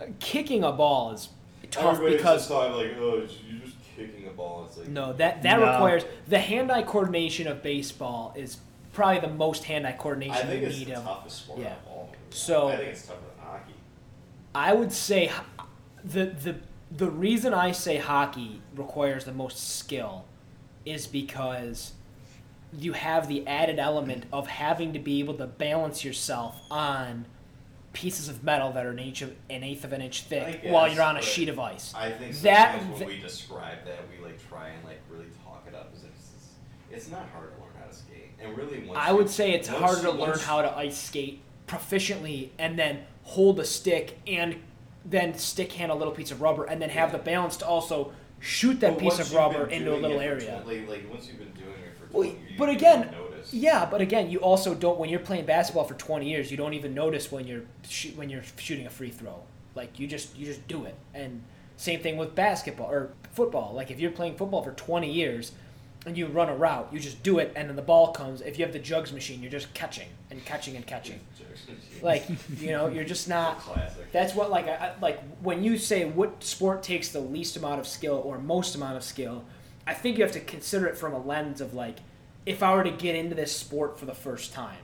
[SPEAKER 4] uh, kicking a ball is tough
[SPEAKER 2] Everybody's
[SPEAKER 4] because
[SPEAKER 2] just thought like, oh, it's- you're just kicking a ball. It's like
[SPEAKER 4] no, that that
[SPEAKER 5] No.
[SPEAKER 4] requires the hand-eye coordination of baseball is probably the most hand-eye coordination
[SPEAKER 2] I think
[SPEAKER 4] you
[SPEAKER 2] it's
[SPEAKER 4] need
[SPEAKER 2] the
[SPEAKER 4] of.
[SPEAKER 2] toughest sport
[SPEAKER 4] yeah.
[SPEAKER 2] of all.
[SPEAKER 4] So-
[SPEAKER 2] I think it's tougher than hockey.
[SPEAKER 4] I would say h- the the the reason I say hockey requires the most skill is because you have the added element of having to be able to balance yourself on pieces of metal that are an inch of, an eighth of an inch thick
[SPEAKER 2] I
[SPEAKER 4] while
[SPEAKER 2] guess,
[SPEAKER 4] you're on a
[SPEAKER 2] but
[SPEAKER 4] sheet of ice.
[SPEAKER 2] I think
[SPEAKER 4] That-
[SPEAKER 2] sometimes when
[SPEAKER 4] th-
[SPEAKER 2] we describe that, we like try and like really talk it up. As if it's, it's not hard to learn how to skate, and really, once
[SPEAKER 4] I
[SPEAKER 2] you-
[SPEAKER 4] would say it's
[SPEAKER 2] once-
[SPEAKER 4] harder to learn
[SPEAKER 2] once-
[SPEAKER 4] how to ice skate proficiently and then hold a stick and then stick hand a little piece of rubber and then have
[SPEAKER 2] Yeah.
[SPEAKER 4] the balance to also shoot that
[SPEAKER 2] but
[SPEAKER 4] piece
[SPEAKER 2] once
[SPEAKER 4] of
[SPEAKER 2] you've
[SPEAKER 4] rubber
[SPEAKER 2] been
[SPEAKER 4] into a
[SPEAKER 2] doing
[SPEAKER 4] little
[SPEAKER 2] it for
[SPEAKER 4] area.
[SPEAKER 2] 20 like once you've been doing it for 20
[SPEAKER 4] Well,
[SPEAKER 2] years,
[SPEAKER 4] but
[SPEAKER 2] you
[SPEAKER 4] again,
[SPEAKER 2] don't notice.
[SPEAKER 4] Yeah, but again, you also don't when you're playing basketball for 20 years, you don't even notice when you're shoot, when you're shooting a free throw. Like you just you just do it. And same thing with basketball or football. Like if you're playing football for 20 years and you run a route, you just do it and then the ball comes. If you have the jugs machine, you're just catching and catching and catching. Like, you know, you're just not
[SPEAKER 2] classic.
[SPEAKER 4] that's what like I, I- like when you say what sport takes the least amount of skill or most amount of skill, I think you have to consider it from a lens of like if I were to get into this sport for the first time,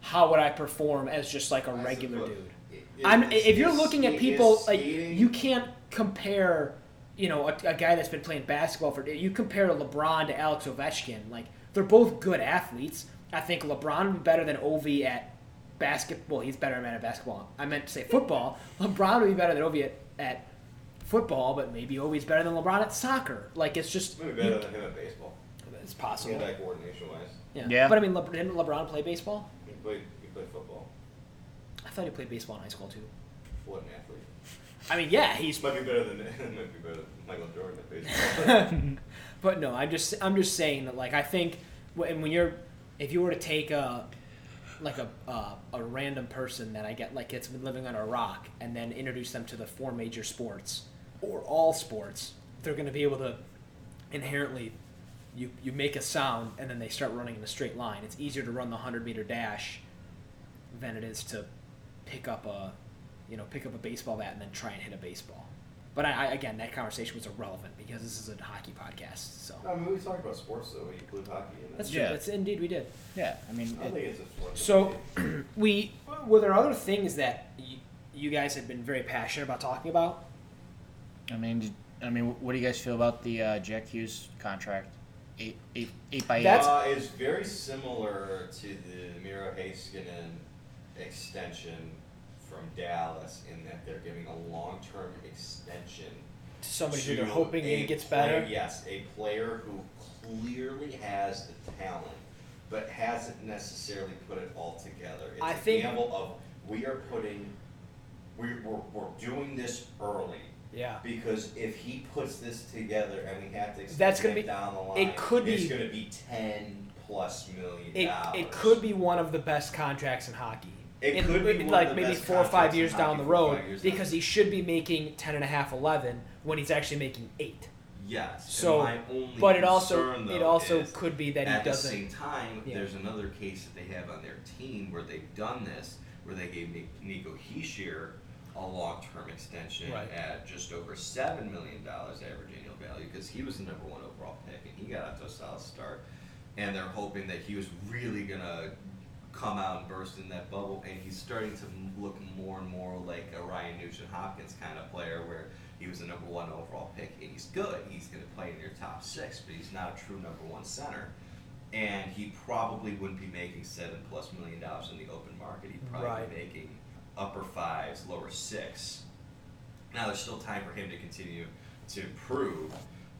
[SPEAKER 4] how would I perform as just like a
[SPEAKER 2] I
[SPEAKER 4] regular
[SPEAKER 2] suppose.
[SPEAKER 4] dude?
[SPEAKER 2] It-
[SPEAKER 4] I'm
[SPEAKER 2] it's-
[SPEAKER 4] if you're
[SPEAKER 2] it's-
[SPEAKER 4] looking
[SPEAKER 2] it
[SPEAKER 4] at
[SPEAKER 2] is
[SPEAKER 4] people like
[SPEAKER 2] skating.
[SPEAKER 4] you can't compare, you know, a, a guy that's been playing basketball for you compare LeBron to Alex Ovechkin. Like they're both good athletes. I think LeBron would be better than Ovi at basketball. He's better than at basketball. I meant to say football. LeBron would be better than Ovi at, at football, but maybe Ovi's better than LeBron at soccer. Like it's just
[SPEAKER 2] Maybe better than him at baseball.
[SPEAKER 4] it's possible.
[SPEAKER 2] Hand eye coordination wise.
[SPEAKER 4] Yeah.
[SPEAKER 5] Yeah.
[SPEAKER 4] But I mean, Le- didn't LeBron play baseball?
[SPEAKER 2] He played, he played football.
[SPEAKER 4] I thought he played baseball in high school too.
[SPEAKER 2] What an athlete.
[SPEAKER 4] I mean, yeah, he's
[SPEAKER 2] This might be better than might be better than Michael Jordan at baseball.
[SPEAKER 4] But no, I'm just I'm just saying that like I think when when you're if you were to take a like a uh, a random person that I get like it's been living on a rock and then introduce them to the four major sports or all sports, they're going to be able to inherently you you make a sound and then they start running in a straight line. It's easier to run the 100 meter dash than it is to pick up a you know pick up a baseball bat and then try and hit a baseball. But I, I again, that conversation was irrelevant because this is a hockey podcast. So
[SPEAKER 2] I mean, we talked about sports though. We include hockey in
[SPEAKER 4] that's
[SPEAKER 2] it.
[SPEAKER 4] true.
[SPEAKER 5] Yeah.
[SPEAKER 4] That's indeed we did.
[SPEAKER 5] yeah, I mean,
[SPEAKER 2] I think
[SPEAKER 5] it,
[SPEAKER 2] it's a sport.
[SPEAKER 4] So we were there other things that you, you guys had been very passionate about talking about?
[SPEAKER 5] I mean, did- I mean, what do you guys feel about the uh, Jack Hughes contract? Eight, eight, eight by eight.
[SPEAKER 4] That's-
[SPEAKER 2] uh, it's very similar to the Miro Haskinen extension from Dallas in that they're giving a long-term extension
[SPEAKER 4] To somebody who
[SPEAKER 2] to
[SPEAKER 4] they're hoping
[SPEAKER 2] a
[SPEAKER 4] it gets
[SPEAKER 2] player-
[SPEAKER 4] better.
[SPEAKER 2] yes, a player who clearly has the talent, but hasn't necessarily put it all together. It's
[SPEAKER 4] I
[SPEAKER 2] a
[SPEAKER 4] think-
[SPEAKER 2] gamble of we are putting, we're, we're, we're doing this early
[SPEAKER 4] Yeah.
[SPEAKER 2] because if he puts this together and we have to extend
[SPEAKER 4] That's gonna
[SPEAKER 2] him
[SPEAKER 4] be-
[SPEAKER 2] down the line,
[SPEAKER 4] it could
[SPEAKER 2] it's
[SPEAKER 4] be-
[SPEAKER 2] going to be ten plus million
[SPEAKER 4] It,
[SPEAKER 2] dollars.
[SPEAKER 4] it could be one of the best contracts in hockey.
[SPEAKER 2] It
[SPEAKER 4] In-
[SPEAKER 2] could be one
[SPEAKER 4] like
[SPEAKER 2] of the
[SPEAKER 4] maybe
[SPEAKER 2] best
[SPEAKER 4] four or five
[SPEAKER 2] contracts
[SPEAKER 4] years
[SPEAKER 2] in
[SPEAKER 4] down
[SPEAKER 2] hockey,
[SPEAKER 4] the
[SPEAKER 2] four or
[SPEAKER 4] road
[SPEAKER 2] five years down
[SPEAKER 4] because
[SPEAKER 2] the-
[SPEAKER 4] he should be making 10 and a half, 11 when he's actually making 8.
[SPEAKER 2] Yes. and
[SPEAKER 4] So,
[SPEAKER 2] my only
[SPEAKER 4] but it also
[SPEAKER 2] concern,
[SPEAKER 4] it
[SPEAKER 2] though,
[SPEAKER 4] also
[SPEAKER 2] is
[SPEAKER 4] could be that
[SPEAKER 2] at
[SPEAKER 4] he doesn't
[SPEAKER 2] the same time,
[SPEAKER 4] Yeah.
[SPEAKER 2] there's another case that they have on their team where they've done this, where they gave Ni- Nico Heishier a long-term extension
[SPEAKER 4] Right.
[SPEAKER 2] at just over seven million dollars average annual value because he was the number one overall pick and he got off to a solid start, and they're hoping that he was really gonna come out and burst in that bubble, and he's starting to m- look more and more like a Ryan Nugent Hopkins kind of player where. He was the number one overall pick, and he's good. He's going to play in your top six, but he's not a true number one center and he probably wouldn't be making seven plus million dollars in the open market. He'd probably
[SPEAKER 4] Right.
[SPEAKER 2] be making upper fives, lower six. Now there's still time for him to continue to improve,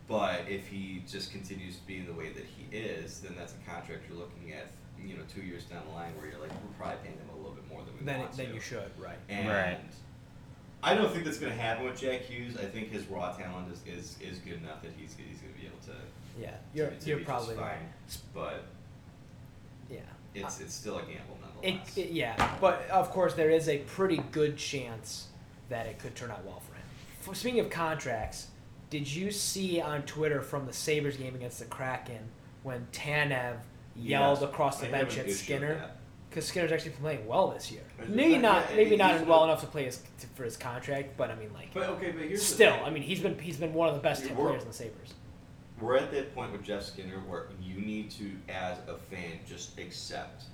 [SPEAKER 2] but if he just continues to be the way that he is, then that's a contract you're looking at, you know, two years down the line where you're like, we're probably paying him a little bit more than we
[SPEAKER 4] then
[SPEAKER 2] want
[SPEAKER 4] it, then
[SPEAKER 2] to.
[SPEAKER 4] you should, right?
[SPEAKER 2] And
[SPEAKER 5] Right.
[SPEAKER 2] I don't think that's going to happen with Jack Hughes. I think his raw talent is, is, is good enough that he's, he's going to be able to,
[SPEAKER 4] Yeah, you're
[SPEAKER 2] to, to
[SPEAKER 4] you're
[SPEAKER 2] be just
[SPEAKER 4] probably right.
[SPEAKER 2] fine. But
[SPEAKER 4] Yeah.
[SPEAKER 2] it's it's still a gamble
[SPEAKER 4] It,
[SPEAKER 2] nonetheless.
[SPEAKER 4] it- yeah, but of course there is a pretty good chance that it could turn out well for him. For, speaking of contracts, did you see on Twitter from the Sabres game against the Kraken when Tanev yelled
[SPEAKER 2] Yes.
[SPEAKER 4] across
[SPEAKER 2] I
[SPEAKER 4] the
[SPEAKER 2] have
[SPEAKER 4] bench
[SPEAKER 2] an
[SPEAKER 4] at
[SPEAKER 2] issue with
[SPEAKER 4] Skinner?
[SPEAKER 2] that.
[SPEAKER 4] Because Skinner's actually playing well this year.
[SPEAKER 2] Is it-
[SPEAKER 4] Maybe
[SPEAKER 2] yeah,
[SPEAKER 4] not,
[SPEAKER 2] yeah,
[SPEAKER 4] maybe
[SPEAKER 2] he-
[SPEAKER 4] not
[SPEAKER 2] he's
[SPEAKER 4] well
[SPEAKER 2] good.
[SPEAKER 4] enough to play his, to, for his contract, but I mean like
[SPEAKER 2] But okay, but here's the
[SPEAKER 4] still,
[SPEAKER 2] thing.
[SPEAKER 4] I mean he's been he's been one of the best
[SPEAKER 2] You
[SPEAKER 4] 10
[SPEAKER 2] were-
[SPEAKER 4] players in the Sabres.
[SPEAKER 2] we're at that point with Jeff Skinner where you need to, as a fan, just accept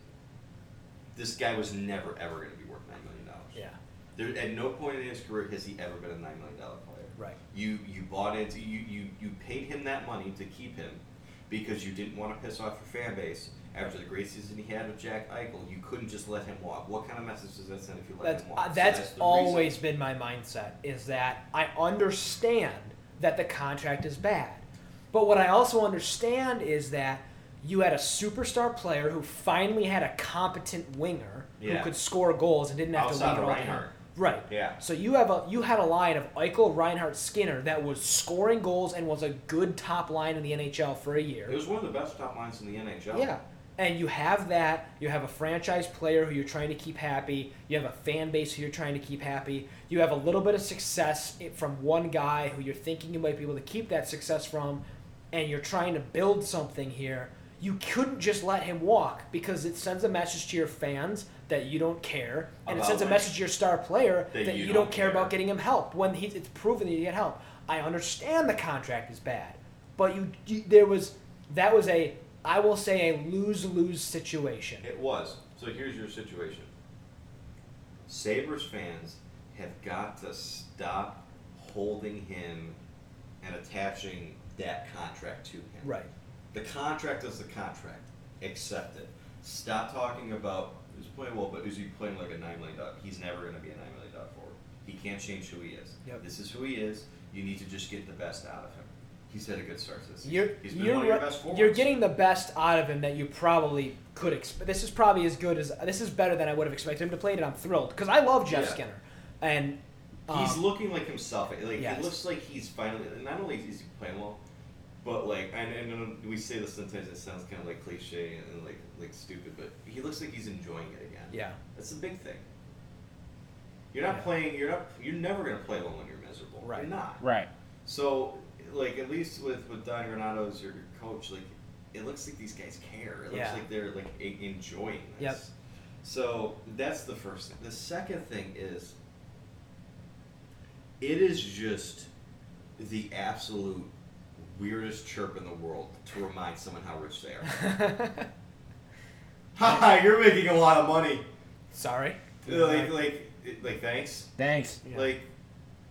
[SPEAKER 2] this guy was never ever going to be worth nine million dollars.
[SPEAKER 4] Yeah,
[SPEAKER 2] There, at no point in his career has he ever been a nine million dollar player.
[SPEAKER 4] right.
[SPEAKER 2] You you bought into you, you you paid him that money to keep him because you didn't want to piss off your fan base after the great season he had with Jack Eichel. You couldn't just let him walk. What kind of message does that send if you let
[SPEAKER 4] That's
[SPEAKER 2] him
[SPEAKER 4] uh,
[SPEAKER 2] walk? So
[SPEAKER 4] that's,
[SPEAKER 2] the reason-
[SPEAKER 4] always been my mindset is that I understand that the contract is bad. But what I also understand is that you had a superstar player who finally had a competent winger
[SPEAKER 2] Yeah.
[SPEAKER 4] who could score goals and didn't have
[SPEAKER 2] Outside
[SPEAKER 4] to
[SPEAKER 2] of
[SPEAKER 4] leave it all
[SPEAKER 2] Reinhardt.
[SPEAKER 4] Right.
[SPEAKER 2] Yeah.
[SPEAKER 4] So you have a you had a line of Eichel, Reinhardt, Skinner that was scoring goals and was a good top line in the NHL for a year.
[SPEAKER 2] It was one of the best top lines in the NHL.
[SPEAKER 4] Yeah. And you have that. You have a franchise player who you're trying to keep happy. You have a fan base who you're trying to keep happy. You have a little bit of success i- from one guy who you're thinking you might be able to keep that success from, and you're trying to build something here. You couldn't just let him walk because it sends a message to your fans that you don't care, and
[SPEAKER 2] About
[SPEAKER 4] it sends a
[SPEAKER 2] which-
[SPEAKER 4] message to your star player
[SPEAKER 2] that
[SPEAKER 4] that,
[SPEAKER 2] you
[SPEAKER 4] you,
[SPEAKER 2] don't
[SPEAKER 4] don't,
[SPEAKER 2] care.
[SPEAKER 4] care about getting him help when he, it's proven that you get help. I understand the contract is bad, but you, you there was that was a I will say a lose lose situation.
[SPEAKER 2] It was. So here's your situation. Sabres fans have got to stop holding him and attaching that contract to him.
[SPEAKER 4] Right.
[SPEAKER 2] The contract is the contract. Accept it. Stop talking about who's playing well, but is he playing like a nine million dollar? He's never going to be a nine million dollar forward. He can't change who he is.
[SPEAKER 4] Yep.
[SPEAKER 2] This is who he is. You need to just get the best out of him. He's had a good start to this season.
[SPEAKER 4] You're
[SPEAKER 2] He's been
[SPEAKER 4] you're,
[SPEAKER 2] one of your
[SPEAKER 4] right-
[SPEAKER 2] best forwards.
[SPEAKER 4] you're getting the best out of him that you probably could expect. This is probably as good as this is better than I would have expected him to play, and I'm thrilled because I love Jeff
[SPEAKER 2] Yeah.
[SPEAKER 4] Skinner, and um,
[SPEAKER 2] He's looking like himself. Like
[SPEAKER 4] yes.
[SPEAKER 2] he looks like he's finally. Not only is he playing well, but like and, and we say this sometimes. It sounds kind of like cliche and, like like stupid, but he looks like he's enjoying it again.
[SPEAKER 4] yeah
[SPEAKER 2] that's the big thing. You're not
[SPEAKER 4] Yeah.
[SPEAKER 2] playing. You're not. You're never gonna play well when you're miserable.
[SPEAKER 4] Right.
[SPEAKER 2] You're not.
[SPEAKER 5] right.
[SPEAKER 2] So, like at least with with Don Granado as your coach, like it looks like these guys care. It looks
[SPEAKER 4] Yeah.
[SPEAKER 2] like they're like e- enjoying this.
[SPEAKER 4] Yep.
[SPEAKER 2] So that's the first thing. The second thing is, it is just the absolute weirdest chirp in the world to remind someone how rich they are. Ha ha! You're making a lot of money.
[SPEAKER 4] sorry
[SPEAKER 2] Like like like thanks.
[SPEAKER 5] Thanks.
[SPEAKER 4] Yeah.
[SPEAKER 2] Like,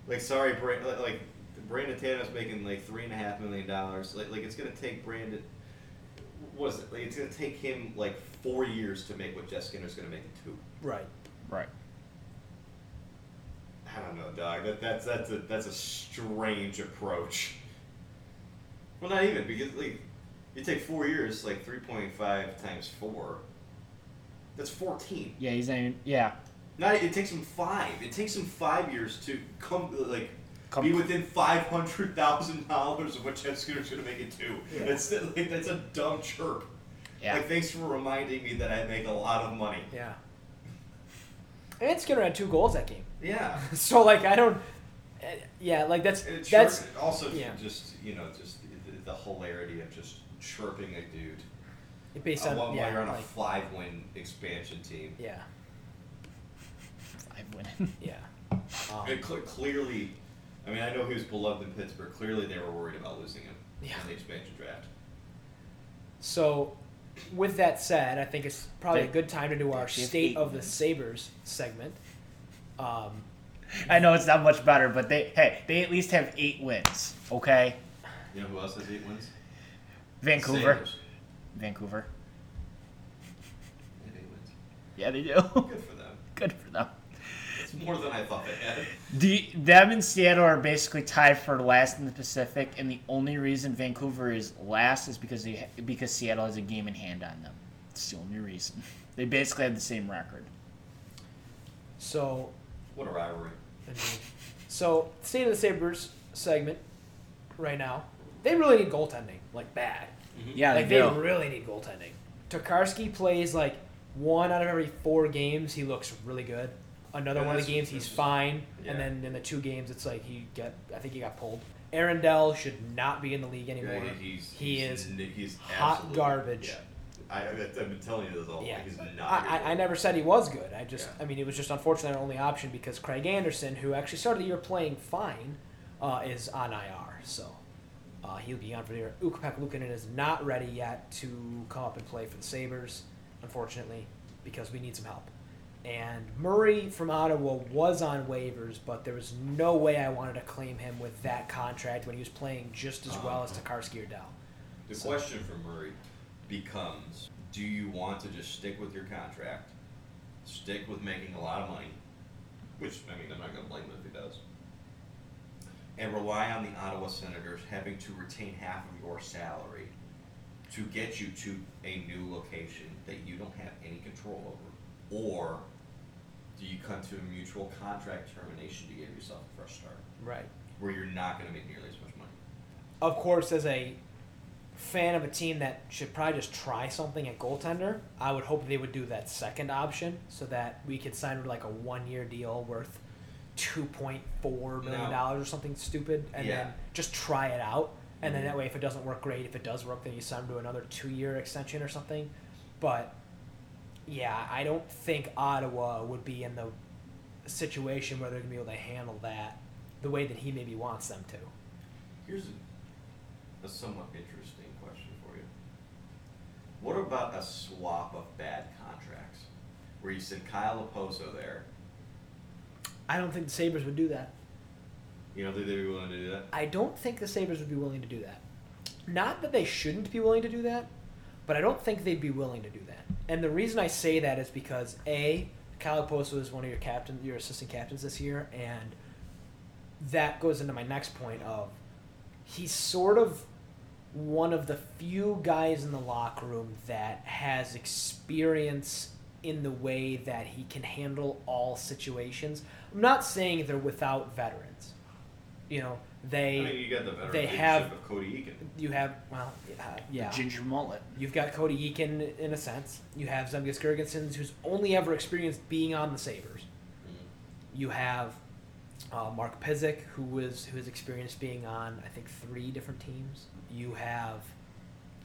[SPEAKER 2] like sorry, Bra- like, like Brandon Tano's making like three and a half million dollars. Like, like it's gonna take Brandon. What is it? Like, it's gonna take him like four years to make what Jeff Skinner's gonna make in two.
[SPEAKER 4] Right.
[SPEAKER 5] Right.
[SPEAKER 2] I don't know, dog. That, that's that's a that's a strange approach. Well, not even because like you take four years, like three point five times four. That's fourteen.
[SPEAKER 5] Yeah, he's not even. Yeah.
[SPEAKER 2] Not it takes him five. It takes him five years to come like
[SPEAKER 5] Come-
[SPEAKER 2] be within five hundred thousand dollars of what Jeff Skinner's gonna make it to.
[SPEAKER 4] Yeah.
[SPEAKER 2] That's like, that's a dumb chirp.
[SPEAKER 5] Yeah.
[SPEAKER 2] Like thanks for reminding me that I make a lot of money.
[SPEAKER 4] Yeah. And Skinner had two goals that game.
[SPEAKER 2] Yeah.
[SPEAKER 4] So like I don't. uh, Yeah, like that's
[SPEAKER 2] And It chirp,
[SPEAKER 4] that's
[SPEAKER 2] also
[SPEAKER 4] yeah.
[SPEAKER 2] just you know just the, the hilarity of just chirping a dude
[SPEAKER 4] based
[SPEAKER 2] uh,
[SPEAKER 4] on
[SPEAKER 2] while,
[SPEAKER 4] yeah,
[SPEAKER 2] while you're on a
[SPEAKER 4] like,
[SPEAKER 2] five win expansion team.
[SPEAKER 4] yeah,
[SPEAKER 5] I win.
[SPEAKER 4] yeah. Um,
[SPEAKER 2] And cle- clearly, I mean I know he was beloved in Pittsburgh. Clearly they were worried about losing him
[SPEAKER 4] Yeah.
[SPEAKER 2] in the expansion draft.
[SPEAKER 4] So, with that said, I think it's probably a
[SPEAKER 5] They-
[SPEAKER 4] good time to do our
[SPEAKER 5] they have
[SPEAKER 4] state
[SPEAKER 5] eight
[SPEAKER 4] of the
[SPEAKER 5] wins.
[SPEAKER 4] Sabers segment. Um,
[SPEAKER 5] I know it's not much better, but they hey, they at least have eight wins. Okay.
[SPEAKER 2] You know who else has eight wins?
[SPEAKER 5] Vancouver.
[SPEAKER 2] Sabres.
[SPEAKER 5] Vancouver.
[SPEAKER 2] They have eight wins.
[SPEAKER 5] Yeah, they do.
[SPEAKER 2] Good for them.
[SPEAKER 5] Good for them.
[SPEAKER 2] It's more than I thought they had.
[SPEAKER 5] The, them and Seattle are basically tied for last in the Pacific, and the only reason Vancouver is last is because they ha- because Seattle has a game in hand on them. It's the only reason. They basically have the same record.
[SPEAKER 4] so,
[SPEAKER 2] What a rivalry.
[SPEAKER 4] I mean, so state of the Sabers segment right now. They really need goaltending, like bad.
[SPEAKER 5] Yeah,
[SPEAKER 4] like they really need goaltending. Tokarski plays like one out of every four games. He looks really good. Another
[SPEAKER 2] And
[SPEAKER 4] one of
[SPEAKER 2] that's-
[SPEAKER 4] the games he's
[SPEAKER 2] that's-
[SPEAKER 4] fine,
[SPEAKER 2] yeah.
[SPEAKER 4] and then in the two games it's like he got. I think he got pulled. Arundel should not be in the league anymore.
[SPEAKER 2] Yeah, he's,
[SPEAKER 4] he
[SPEAKER 2] he's,
[SPEAKER 4] is
[SPEAKER 2] n- he's
[SPEAKER 4] hot
[SPEAKER 2] absolute-
[SPEAKER 4] garbage.
[SPEAKER 2] Yeah. I, I- I've been telling you this all.
[SPEAKER 4] Yeah,
[SPEAKER 2] Yeah. He's not.
[SPEAKER 4] I,
[SPEAKER 2] good.
[SPEAKER 4] I, I never said he was good. I just,
[SPEAKER 2] Yeah.
[SPEAKER 4] I mean, it was just unfortunate our only option because Craig Anderson, who actually started the year playing fine, uh, is on IR. So uh, he'll be on for the year. Ukapek Lukanen is not ready yet to come up and play for the Sabres, unfortunately, because we need some help. And Murray from Ottawa was on waivers, but there was no way I wanted to claim him with that contract when he was playing just
[SPEAKER 2] Oh,
[SPEAKER 4] as well as Takarski or Dell.
[SPEAKER 2] The
[SPEAKER 4] So-
[SPEAKER 2] question for Murray becomes: Do you want to just stick with your contract, stick with making a lot of money, which I mean I'm not going to blame him if he does, and rely on the Ottawa Senators having to retain half of your salary to get you to a new location that you don't have any control over, or do you come to a mutual contract termination to give yourself a fresh start,
[SPEAKER 4] Right.
[SPEAKER 2] where you're not going to make nearly as much money?
[SPEAKER 4] of course, as a fan of a team that should probably just try something at goaltender, I would hope they would do that second option so that we could sign with like a one year deal worth two point four million dollars or something stupid and
[SPEAKER 2] Yeah.
[SPEAKER 4] then just try it out. And then that way if it doesn't work great, if it does work then you sign to another two year extension or something. But yeah, I don't think Ottawa would be in the situation where they're gonna be able to handle that the way that he maybe wants them to.
[SPEAKER 2] Here's a, a somewhat interesting question for you. What about a swap of bad contracts? Where you send Kyle Oposo there.
[SPEAKER 4] I don't think the Sabres would do that.
[SPEAKER 2] You know, they'd be willing to do that.
[SPEAKER 4] I don't think the Sabres would be willing to do that. Not that they shouldn't be willing to do that, but I don't think they'd be willing to do that. And the reason I say that is because A, Kyle Oposo is one of your captain your assistant captains this year, and that goes into my next point of he's sort of one of the few guys in the locker room that has experience in the way that he can handle all situations. I'm not saying they're without veterans. You know,
[SPEAKER 2] I
[SPEAKER 4] they
[SPEAKER 2] mean, you got the veteran
[SPEAKER 4] they
[SPEAKER 2] leadership
[SPEAKER 4] have-
[SPEAKER 2] of Cody Eakin.
[SPEAKER 4] you have well uh, yeah.
[SPEAKER 5] Ginger Mullet.
[SPEAKER 4] You've got Cody Eakin in a sense. You have Zemgus Girgensons, who's only ever experienced being on the Sabers.
[SPEAKER 2] Mm-hmm.
[SPEAKER 4] You have uh, Mark Pizzik, who was who has experienced being on I think three different teams. You have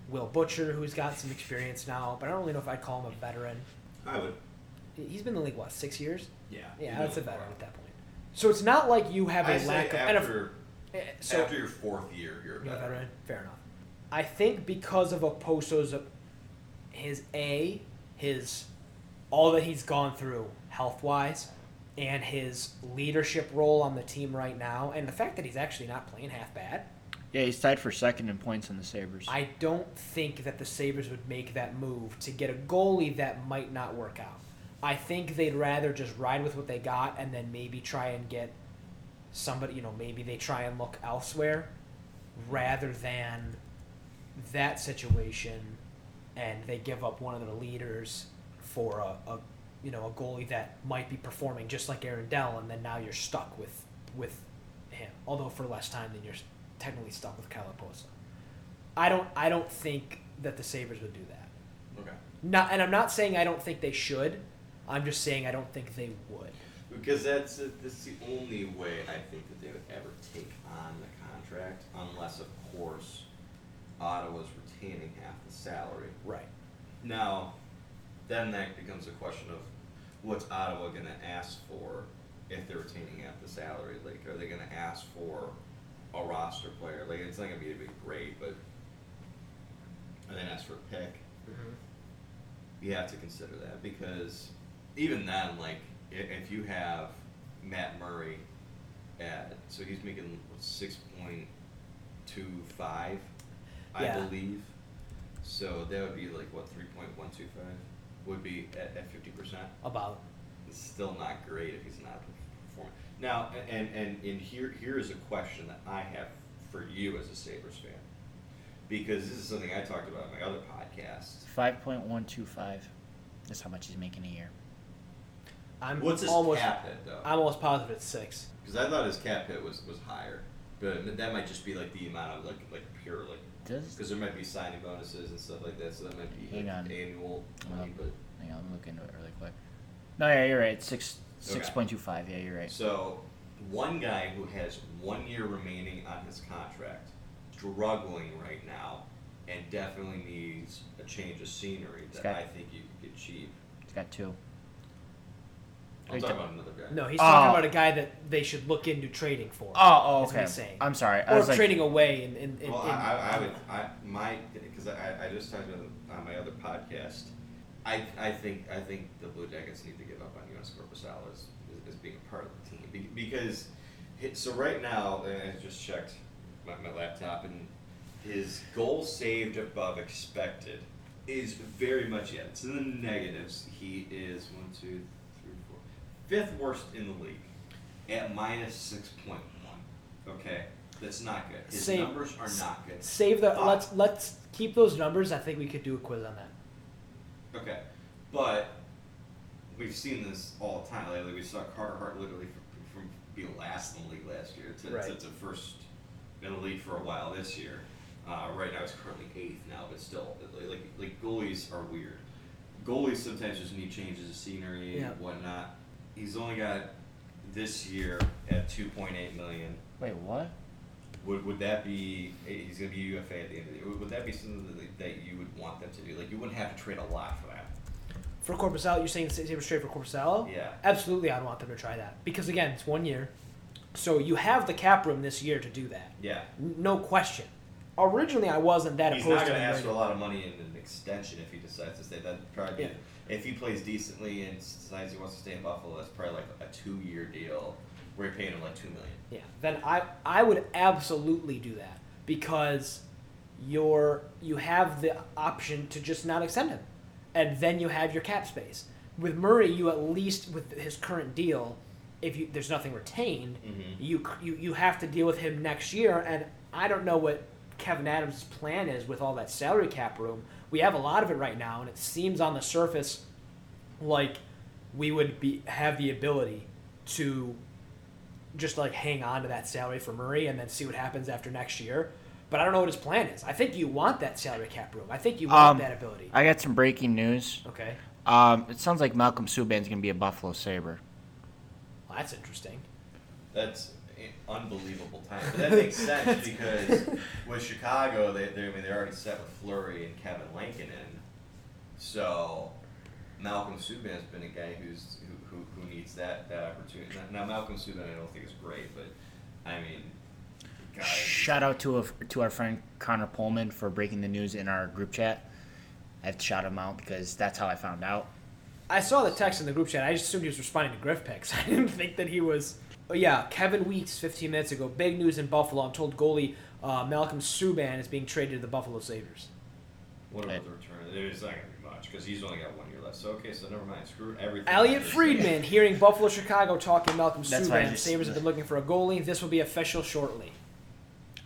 [SPEAKER 4] Will Butcher, who's got some experience now, but I don't really know if I'd call him a veteran.
[SPEAKER 2] I would.
[SPEAKER 4] He's been in the league what six years?
[SPEAKER 2] Yeah.
[SPEAKER 4] Yeah,
[SPEAKER 2] you
[SPEAKER 4] that's
[SPEAKER 2] know
[SPEAKER 4] a
[SPEAKER 2] the
[SPEAKER 4] veteran
[SPEAKER 2] problem.
[SPEAKER 4] at that point. So it's not like you have a
[SPEAKER 2] I say
[SPEAKER 4] lack of and if-
[SPEAKER 2] after,
[SPEAKER 4] eh, so
[SPEAKER 2] after your fourth year, you're a
[SPEAKER 4] you're a
[SPEAKER 2] veteran.
[SPEAKER 4] veteran. Fair enough. I think because of Oposo's uh, his A, his all that he's gone through health wise, and his leadership role on the team right now, and the fact that he's actually not playing half bad,
[SPEAKER 5] Yeah, he's tied for second in points in the Sabres.
[SPEAKER 4] I don't think that the Sabres would make that move to get a goalie that might not work out. I think they'd rather just ride with what they got and then maybe try and get somebody, you know, maybe they try and look elsewhere rather than that situation and they give up one of their leaders for a, a you know, a goalie that might be performing just like Aaron Dell and then now you're stuck with with him. Although for less time than you're technically stuck with Kyle Posa. I don't I don't think that the Sabres would do that.
[SPEAKER 2] Okay.
[SPEAKER 4] Not and I'm not saying I don't think they should. I'm just saying I don't think they would.
[SPEAKER 2] Because that's that's the only way I think that they would ever take on the contract, unless of course Ottawa's retaining half the salary.
[SPEAKER 4] Right.
[SPEAKER 2] Now, then that becomes a question of what's Ottawa going to ask for if they're retaining half the salary? Like, are they going to ask for a roster player? Like, it's not going to be a big grade, but are they going to ask for a pick? Mm-hmm. You have to consider that because even then, like, i- if you have Matt Murray at, so he's making 6.25, I
[SPEAKER 4] Yeah.
[SPEAKER 2] believe. So that would be like what three point one two five would be at, at fifty percent.
[SPEAKER 4] About
[SPEAKER 2] It's still not great if he's not performing. Now, a- and and and here here is a question that I have for you as a Sabres fan, because this is something I talked about in my other podcast.
[SPEAKER 5] Five point one two five. That's how much he's making a year.
[SPEAKER 4] I'm
[SPEAKER 2] What's his
[SPEAKER 4] almost
[SPEAKER 2] cap hit though?
[SPEAKER 4] I'm almost positive it's six.
[SPEAKER 2] Because I thought his cap hit was was higher, but that might just be like the amount of like like pure like
[SPEAKER 5] Does
[SPEAKER 2] because there might be signing bonuses and stuff like that. So that might be
[SPEAKER 5] Hang
[SPEAKER 2] like
[SPEAKER 5] on.
[SPEAKER 2] annual money,
[SPEAKER 5] Um,
[SPEAKER 2] but.
[SPEAKER 5] hang on, I'm looking into it really quick. No, yeah, you're right. Six
[SPEAKER 2] Okay.
[SPEAKER 5] six point two five. Yeah, you're right.
[SPEAKER 2] So, one guy who has one year remaining on his contract, struggling right now, and definitely needs a change of scenery that
[SPEAKER 5] Scott.
[SPEAKER 2] I think you could get cheap.
[SPEAKER 5] He's got two.
[SPEAKER 2] I'm
[SPEAKER 5] Wait,
[SPEAKER 2] talking
[SPEAKER 5] the-
[SPEAKER 2] about another guy.
[SPEAKER 4] No, he's talking
[SPEAKER 5] Oh.
[SPEAKER 4] about a guy that they should look into trading for.
[SPEAKER 5] Oh, oh,
[SPEAKER 4] That's what
[SPEAKER 5] okay.
[SPEAKER 4] he's saying.
[SPEAKER 5] I'm sorry. I
[SPEAKER 4] or
[SPEAKER 5] was like,
[SPEAKER 4] trading away in, in, in,
[SPEAKER 2] Well, I,
[SPEAKER 4] in-
[SPEAKER 2] I, I would, I, my, because I, I just talked about it on my other podcast. I, I think, I think the Blue Jackets need to give up on Jonas Corposal as, as being a part of the team Be- because, hi- so right now, and I just checked my, my laptop and his goal saved above expected is very much yeah, it's in the negatives. He is one, two, three, four, fifth worst in the league at minus six point one. Okay, that's not good. His
[SPEAKER 4] Save-
[SPEAKER 2] numbers are not good.
[SPEAKER 4] Save the
[SPEAKER 2] But-
[SPEAKER 4] let's let's keep those numbers. I think we could do a quiz on that.
[SPEAKER 2] Okay, but we've seen this all the time lately. We saw Carter Hart literally from, from be last in the league last year to,
[SPEAKER 4] Right.
[SPEAKER 2] to, to first in the league for a while this year. Uh, right now, he's currently eighth now, but still, like like goalies are weird. Goalies sometimes just need changes of scenery
[SPEAKER 4] Yeah.
[SPEAKER 2] and whatnot. He's only got this year at two point eight million.
[SPEAKER 5] Wait, what?
[SPEAKER 2] Would, would that be eh, he's gonna be UFA at the end of the year? Would- Would that be something that, that you would want them to do? Like you wouldn't have to trade a lot for that.
[SPEAKER 4] For Corpusalo, you're saying Sabres trade for Corpusalo?
[SPEAKER 2] Yeah.
[SPEAKER 4] Absolutely, I'd want them to try that because again, it's one year, so you have the cap room this year to do that.
[SPEAKER 2] Yeah.
[SPEAKER 4] No question. Originally, I wasn't that
[SPEAKER 2] He's
[SPEAKER 4] opposed
[SPEAKER 2] not
[SPEAKER 4] to
[SPEAKER 2] going to
[SPEAKER 4] him
[SPEAKER 2] ask for
[SPEAKER 4] right
[SPEAKER 2] a lot of money in an extension if he decides to stay. That probably
[SPEAKER 4] Yeah.
[SPEAKER 2] if he plays decently and decides he wants to stay in Buffalo, that's probably like a two-year deal where you're paying him like two million.
[SPEAKER 4] Yeah, then I I would absolutely do that because you're you have the option to just not extend him, and then you have your cap space. With Murray, you at least with his current deal, if you there's nothing retained, you, c- you you have to deal with him next year. And I don't know what Kevin Adams' plan is with all that salary cap room. We have a lot of it right now, and it seems on the surface like we would be have the ability to just like hang on to that salary for Murray and then see what happens after next year. But I don't know what his plan is. I think you want that salary cap room. I think you want
[SPEAKER 5] Um,
[SPEAKER 4] that ability.
[SPEAKER 5] I got some breaking news.
[SPEAKER 4] okay,
[SPEAKER 5] Um, it sounds like Malcolm Subban's gonna be a Buffalo Saber.
[SPEAKER 4] well, that's interesting.
[SPEAKER 2] That's i- unbelievable time. But that makes sense because with Chicago, they, they I mean they're already set with Flurry and Kevin Lankin in. So Malcolm Subban's been a guy who's who, who, who needs that that opportunity. Now Malcolm Subban, I don't think is great, but I mean, guy.
[SPEAKER 5] Shout out to a, to our friend Connor Pullman for breaking the news in our group chat. I have to shout him out because that's how I found out.
[SPEAKER 4] I saw the text in the group chat. I just assumed he was responding to Griff picks. I didn't think that he was. Oh, yeah, Kevin Weeks, 15 minutes ago. Big news in Buffalo. I'm told goalie uh, Malcolm Subban is being traded to the Buffalo Sabres.
[SPEAKER 2] What about the return? There's not going to be much because he's only got one year left. So, okay, so never mind. Screw everything. I
[SPEAKER 4] Elliot
[SPEAKER 2] just
[SPEAKER 4] Friedman, hearing Buffalo Chicago talking Malcolm
[SPEAKER 5] That's why I
[SPEAKER 4] Subban.
[SPEAKER 5] just-
[SPEAKER 4] Sabres have been looking for a goalie. This will be official shortly.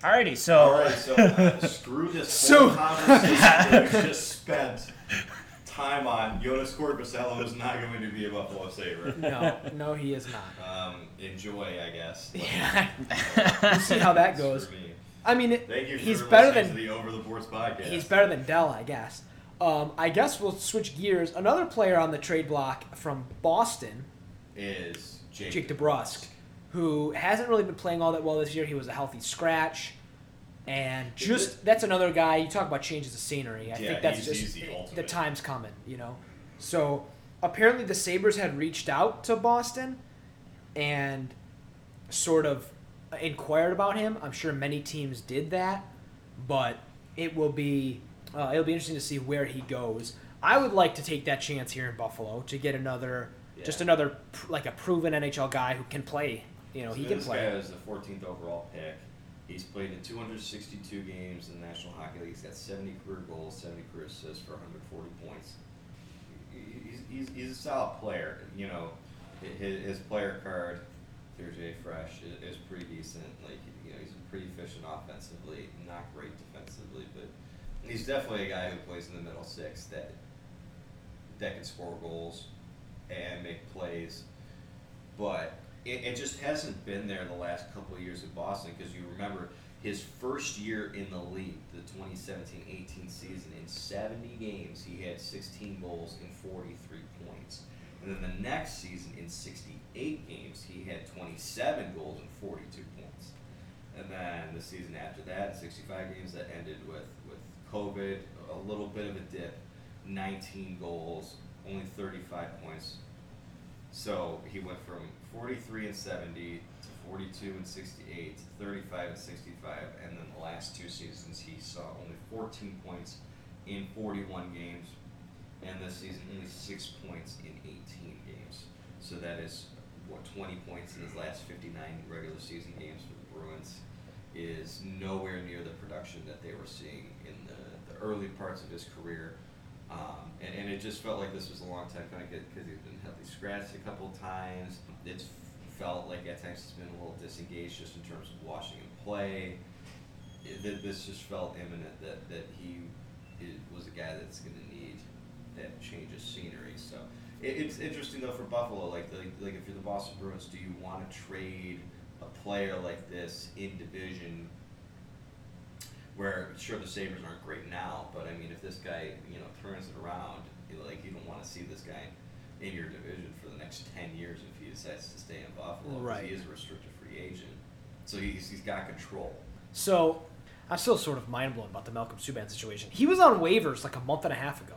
[SPEAKER 5] Alrighty, so
[SPEAKER 2] All right, so uh, screw this whole
[SPEAKER 4] So-
[SPEAKER 2] conversation that we just spent time on. Jonas Corbicello is not going to be a Buffalo Sabre.
[SPEAKER 4] No, no, he is not.
[SPEAKER 2] Um, enjoy, I guess. Like,
[SPEAKER 4] Yeah. we'll see how that
[SPEAKER 2] screw
[SPEAKER 4] goes.
[SPEAKER 2] me.
[SPEAKER 4] I mean, it-
[SPEAKER 2] Thank you for
[SPEAKER 4] he's
[SPEAKER 2] listening
[SPEAKER 4] better than
[SPEAKER 2] to the Over the Boards podcast.
[SPEAKER 4] He's better than Dell, I guess. Um, I guess we'll switch gears. Another player on the trade block from Boston,
[SPEAKER 2] is Jake,
[SPEAKER 4] Jake DeBrusque, who hasn't really been playing all that well this year. He was a healthy scratch, and just that's another guy. You talk about changes of scenery. I
[SPEAKER 2] Yeah,
[SPEAKER 4] think that's
[SPEAKER 2] he's-
[SPEAKER 4] just
[SPEAKER 2] he's the ultimate.
[SPEAKER 4] time's coming. You know, so apparently the Sabers had reached out to Boston, and sort of inquired about him. I'm sure many teams did that, but it will be uh, it'll be interesting to see where he goes. I would like to take that chance here in Buffalo to get another just
[SPEAKER 2] Yeah.
[SPEAKER 4] another pr- like a proven NHL guy who can play. You know,
[SPEAKER 2] So
[SPEAKER 4] he can
[SPEAKER 2] this
[SPEAKER 4] play.
[SPEAKER 2] guy is the 14th overall pick. He's played in 262 games in the National Hockey League. He's got 70 career goals, 70 career assists for 140 points. He- He's, he's, he's a solid player. You know, hi- his, his player card through Jay Fresh i- is pretty decent. Like, you know, he's pretty efficient offensively, not great defensively, but he's definitely a guy who plays in the middle six that that can score goals and make plays but it, it just hasn't been there the last couple of years in Boston because you remember his first year in the league, the 2017-18 season, in 70 games he had 16 goals and 43 points. And then the next season, in 68 games, he had 27 goals and 42 points. And then the season after that, 65 games, that ended with, with COVID, a little bit of a dip, 19 goals, only 35 points, so he went from 43 and 70 to 42 and 68 to 35 and 65, and then the last two seasons he saw only 14 points in 41 games, and this season only six points in 18 games. So that is what 20 points in his last 59 regular season games for the Bruins is nowhere near the production that they were seeing in the, the early parts of his career. Um, and, and it just felt like this was a long time coming because he's been healthy scratched a couple times. It's felt like at times he's been a little disengaged just in terms of watching him play. It, th- this just felt imminent that, that he i- was a guy that's going to need that change of scenery. So it, it's interesting though for Buffalo, like, like like if you're the Boston Bruins, do you want to trade a player like this in division where sure the Sabres aren't great now, but I mean if this guy you know turns it around, you- like you don't want to see this guy in your division for the next ten years if he decides to stay in Buffalo. 'cause
[SPEAKER 4] Right.
[SPEAKER 2] He is a restricted free agent, so he's he's got control.
[SPEAKER 4] So I'm still sort of mind blown about the Malcolm Subban situation. He was on waivers like a month and a half ago.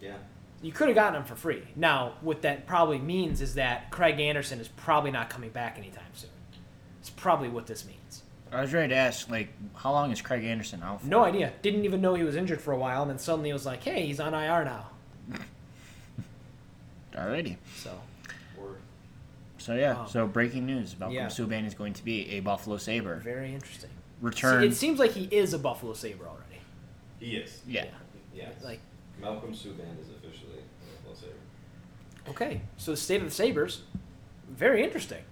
[SPEAKER 2] Yeah.
[SPEAKER 4] You could have gotten him for free. Now, what that probably means is that Craig Anderson is probably not coming back anytime soon. It's probably what this means.
[SPEAKER 5] I was ready to ask, like, how long is Craig Anderson out for?
[SPEAKER 4] No idea. Didn't even know he was injured for a while, and then suddenly it was like, hey, he's on IR now.
[SPEAKER 5] Alrighty.
[SPEAKER 4] So
[SPEAKER 2] Or
[SPEAKER 5] So yeah,
[SPEAKER 4] Um,
[SPEAKER 5] so breaking news: Malcolm
[SPEAKER 4] yeah.
[SPEAKER 5] Subban is going to be a Buffalo Saber.
[SPEAKER 4] very interesting.
[SPEAKER 5] Return.
[SPEAKER 4] It seems like he is a Buffalo Sabre already.
[SPEAKER 2] he is.
[SPEAKER 5] yeah.
[SPEAKER 2] Yeah.
[SPEAKER 4] Like,
[SPEAKER 2] Malcolm Subban is officially a Buffalo Sabre.
[SPEAKER 4] okay, so the state of the Sabres, very interesting.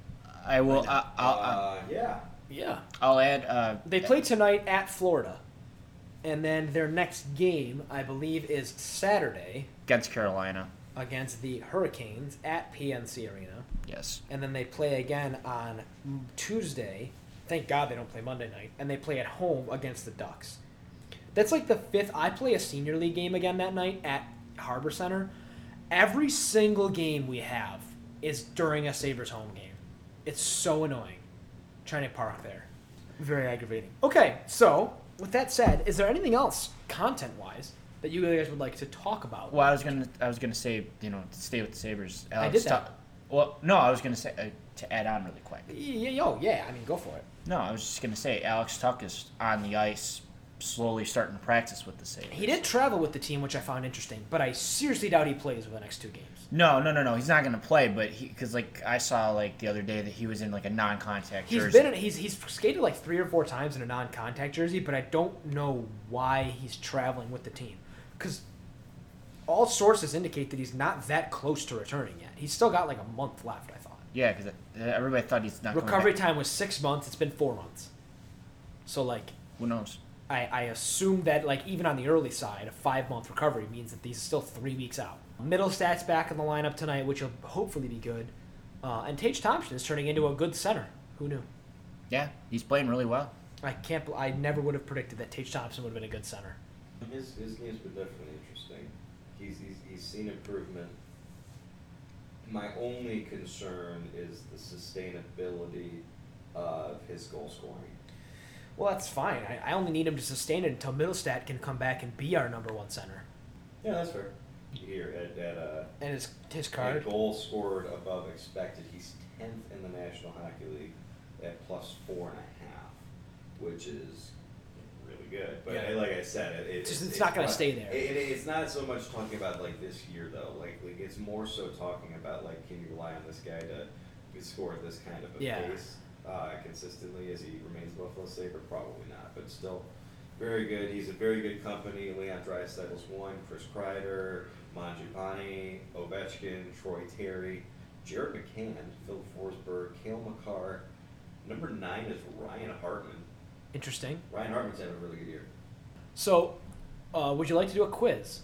[SPEAKER 5] I will. I, I'll, I'll-
[SPEAKER 2] uh, yeah.
[SPEAKER 4] Yeah.
[SPEAKER 5] I'll add. Uh,
[SPEAKER 4] They play tonight at Florida, and then their next game, I believe, is Saturday
[SPEAKER 5] against Carolina.
[SPEAKER 4] against the Hurricanes at PNC Arena.
[SPEAKER 5] Yes.
[SPEAKER 4] and then they play again on Tuesday. Thank God they don't play Monday night, and they play at home against the Ducks. That's like the fifth. I play a senior league game again that night at Harbor Center. Every single game we have is during a Sabres home game. It's so annoying trying to park there. Very aggravating. Okay, so with that said, is there anything else content wise that you guys would like to talk about?
[SPEAKER 5] Well, I was gonna. I was gonna say, you know, to stay with the Sabers. Alex,
[SPEAKER 4] did that.
[SPEAKER 5] ta- Well, no, I was gonna say uh, to add on really quick.
[SPEAKER 4] Y- y- Yo, yeah, I mean, go for it.
[SPEAKER 5] No, I was just gonna say Alex Tuck is on the ice slowly starting to practice with the Sabres.
[SPEAKER 4] He did travel with the team, which I found interesting, but I seriously doubt he plays over the next two games.
[SPEAKER 5] No, no, no, no. He's not going to play, but he because like I saw like the other day that he was in like a non-contact
[SPEAKER 4] He's
[SPEAKER 5] jersey.
[SPEAKER 4] been in, he's he's skated like three or four times in a non-contact jersey, but I don't know why he's traveling with the team because all sources indicate that he's not that close to returning yet. He's still got like a month left. I thought
[SPEAKER 5] yeah, because everybody thought he's not coming
[SPEAKER 4] recovery
[SPEAKER 5] back.
[SPEAKER 4] time was six months. It's been four months, so like
[SPEAKER 5] Who knows?
[SPEAKER 4] I, I assume that like even on the early side, a five month recovery means that these are still three weeks out. Middle stats back in the lineup tonight, which will hopefully be good. Uh, and Tage Thompson is turning into a good center. Who knew?
[SPEAKER 5] Yeah, he's playing really well.
[SPEAKER 4] I can't. bel- I never would have predicted that Tage Thompson would have been a good center.
[SPEAKER 2] His his game's been definitely interesting. He's he's, he's seen improvement. My only concern is the sustainability of his goal scoring.
[SPEAKER 4] Well, that's fine. I, I only need him to sustain it until Middlestat can come back and be our number one center.
[SPEAKER 2] Yeah, that's fair. Here at at uh,
[SPEAKER 4] And his his
[SPEAKER 2] a
[SPEAKER 4] card.
[SPEAKER 2] goal scored above expected. He's tenth in the National Hockey League at plus four and a half, which is really good. But
[SPEAKER 4] Yeah.
[SPEAKER 2] eh, like I said, it, it,
[SPEAKER 4] It's just- it's not gonna
[SPEAKER 2] not-
[SPEAKER 4] stay there.
[SPEAKER 2] It, it- it's not so much talking about like this year though. Like, like it's more so talking about like can you rely on this guy to score at this kind of a
[SPEAKER 4] Yeah.
[SPEAKER 2] pace uh, consistently as he remains Buffalo Sabre? Probably not, but still. Very good. He's a very good company. Leon Draisaitl one. Chris Kreider, Manjupani, Ovechkin, Troy Terry, Jared McCann, Phil Forsberg, Kale McCarr. Number nine is Ryan Hartman.
[SPEAKER 4] Interesting.
[SPEAKER 2] Ryan Hartman's having a really good year.
[SPEAKER 4] So, uh, would you like to do a quiz?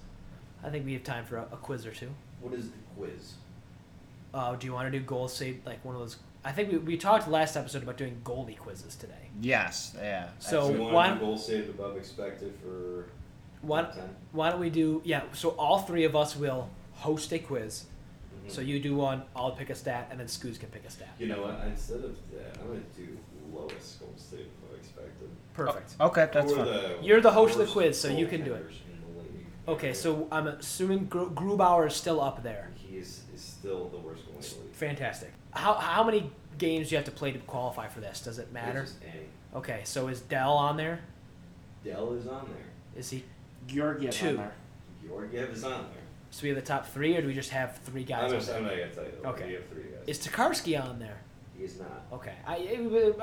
[SPEAKER 4] I think we have time for a, a quiz or two.
[SPEAKER 2] What is the quiz?
[SPEAKER 4] Uh, do you want to do goal save like one of those? I think we, we talked last episode about doing goalie quizzes today.
[SPEAKER 5] Yes, yeah.
[SPEAKER 4] So-
[SPEAKER 2] So one
[SPEAKER 4] one-
[SPEAKER 2] goal saved above expected for
[SPEAKER 4] Why,
[SPEAKER 2] top 10.
[SPEAKER 4] why don't we do? Yeah. So all three of us will host a quiz.
[SPEAKER 2] Mhm.
[SPEAKER 4] So you do one, I'll pick a stat, and then Scoos can pick a stat.
[SPEAKER 2] You know what? Instead of that, I'm gonna do lowest goal saved above expected.
[SPEAKER 4] Perfect.
[SPEAKER 5] Oh, okay, that's
[SPEAKER 2] Who are
[SPEAKER 5] fine.
[SPEAKER 2] the
[SPEAKER 4] You're the host of the
[SPEAKER 2] worst
[SPEAKER 4] quiz, so
[SPEAKER 2] goal
[SPEAKER 4] you can do it.
[SPEAKER 2] tenders in the league?
[SPEAKER 4] Okay, so I'm assuming Gru- Grubauer is still up there.
[SPEAKER 2] He is, is still the worst goalie in the league.
[SPEAKER 4] Fantastic. How, how many games do you have to play to qualify for this? Does it matter?
[SPEAKER 2] It's just A.
[SPEAKER 4] Okay, so is Dell on there?
[SPEAKER 2] Dell is on there.
[SPEAKER 4] Is he?
[SPEAKER 5] Georgiev
[SPEAKER 4] Two.
[SPEAKER 2] Georgiev is on there.
[SPEAKER 4] So we have the top three, or do we just have three
[SPEAKER 2] I'm,
[SPEAKER 4] guys?
[SPEAKER 2] gonna-
[SPEAKER 4] on there?
[SPEAKER 2] I'm not gonna tell you. though.
[SPEAKER 4] Okay.
[SPEAKER 2] We have three guys.
[SPEAKER 4] Is Tokarski on there?
[SPEAKER 2] he is not.
[SPEAKER 4] Okay, I I- I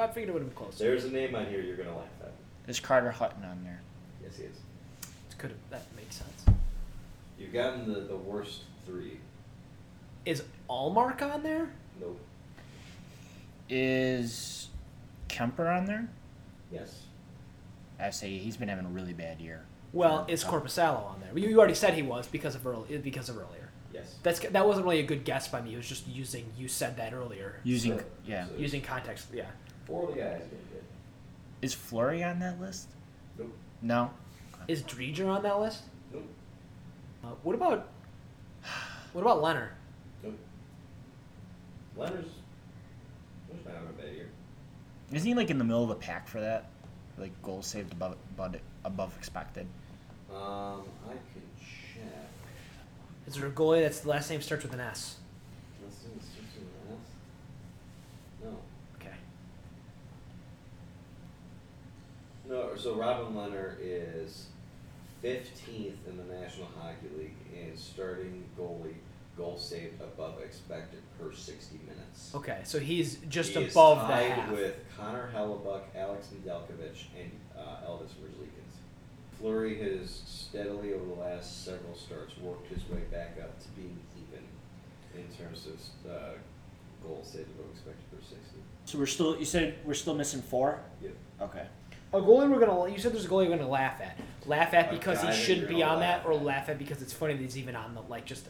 [SPEAKER 4] figured it would have been close.
[SPEAKER 2] There's a name on here you're gonna laugh at.
[SPEAKER 5] There's Carter Hutton on there.
[SPEAKER 2] Yes, he is.
[SPEAKER 4] Could have that makes sense.
[SPEAKER 2] You've gotten the, the worst three.
[SPEAKER 4] Is Allmark on there?
[SPEAKER 2] Nope.
[SPEAKER 5] Is Kemper on there?
[SPEAKER 2] Yes.
[SPEAKER 5] I say he's been having a really bad year.
[SPEAKER 4] Well, is Corpusalo on there? You, you already said he was because of early, because of earlier.
[SPEAKER 2] Yes.
[SPEAKER 4] That's that wasn't really a good guess by me. It was just using you said that earlier.
[SPEAKER 5] using
[SPEAKER 2] So-
[SPEAKER 5] yeah.
[SPEAKER 2] so
[SPEAKER 4] Using context, yeah.
[SPEAKER 2] Four of the guys did good.
[SPEAKER 5] Is Flurry on that list?
[SPEAKER 2] Nope.
[SPEAKER 5] No.
[SPEAKER 4] Is Dreger on that list?
[SPEAKER 2] Nope.
[SPEAKER 4] Uh, what about what about Leonard?
[SPEAKER 2] Nope. Leonard's. Leonard's not having a bad year.
[SPEAKER 5] Isn't he like in the middle of the pack for that? Like goals saved above above, above expected.
[SPEAKER 2] Um, I can check.
[SPEAKER 4] Is there a goalie that's the last name starts with an S?
[SPEAKER 2] Let's see, let's see what else. No.
[SPEAKER 4] Okay.
[SPEAKER 2] No, so Robin Leonard is 15th in the National Hockey League in starting goalie goal saved above expected per 60 minutes.
[SPEAKER 4] Okay, so he's just
[SPEAKER 2] He is
[SPEAKER 4] above the
[SPEAKER 2] tied
[SPEAKER 4] half.
[SPEAKER 2] with Connor Hellebuck, Alex Nedeljkovic, and uh, Elvis Merzlikins. Fleury has steadily over the last several starts worked his way back up to being even in terms of uh, goal saved above expected per 60.
[SPEAKER 5] So we're still you said we're still missing four?
[SPEAKER 2] Yep.
[SPEAKER 5] Okay.
[SPEAKER 4] A goalie we're gonna you said there's a goalie we're gonna laugh at. Laugh at
[SPEAKER 2] A
[SPEAKER 4] because
[SPEAKER 2] guy
[SPEAKER 4] he
[SPEAKER 2] that
[SPEAKER 4] shouldn't
[SPEAKER 2] you're
[SPEAKER 4] be
[SPEAKER 2] gonna
[SPEAKER 4] on that,
[SPEAKER 2] laugh
[SPEAKER 4] or
[SPEAKER 2] at.
[SPEAKER 4] laugh at because it's funny that he's even on the like just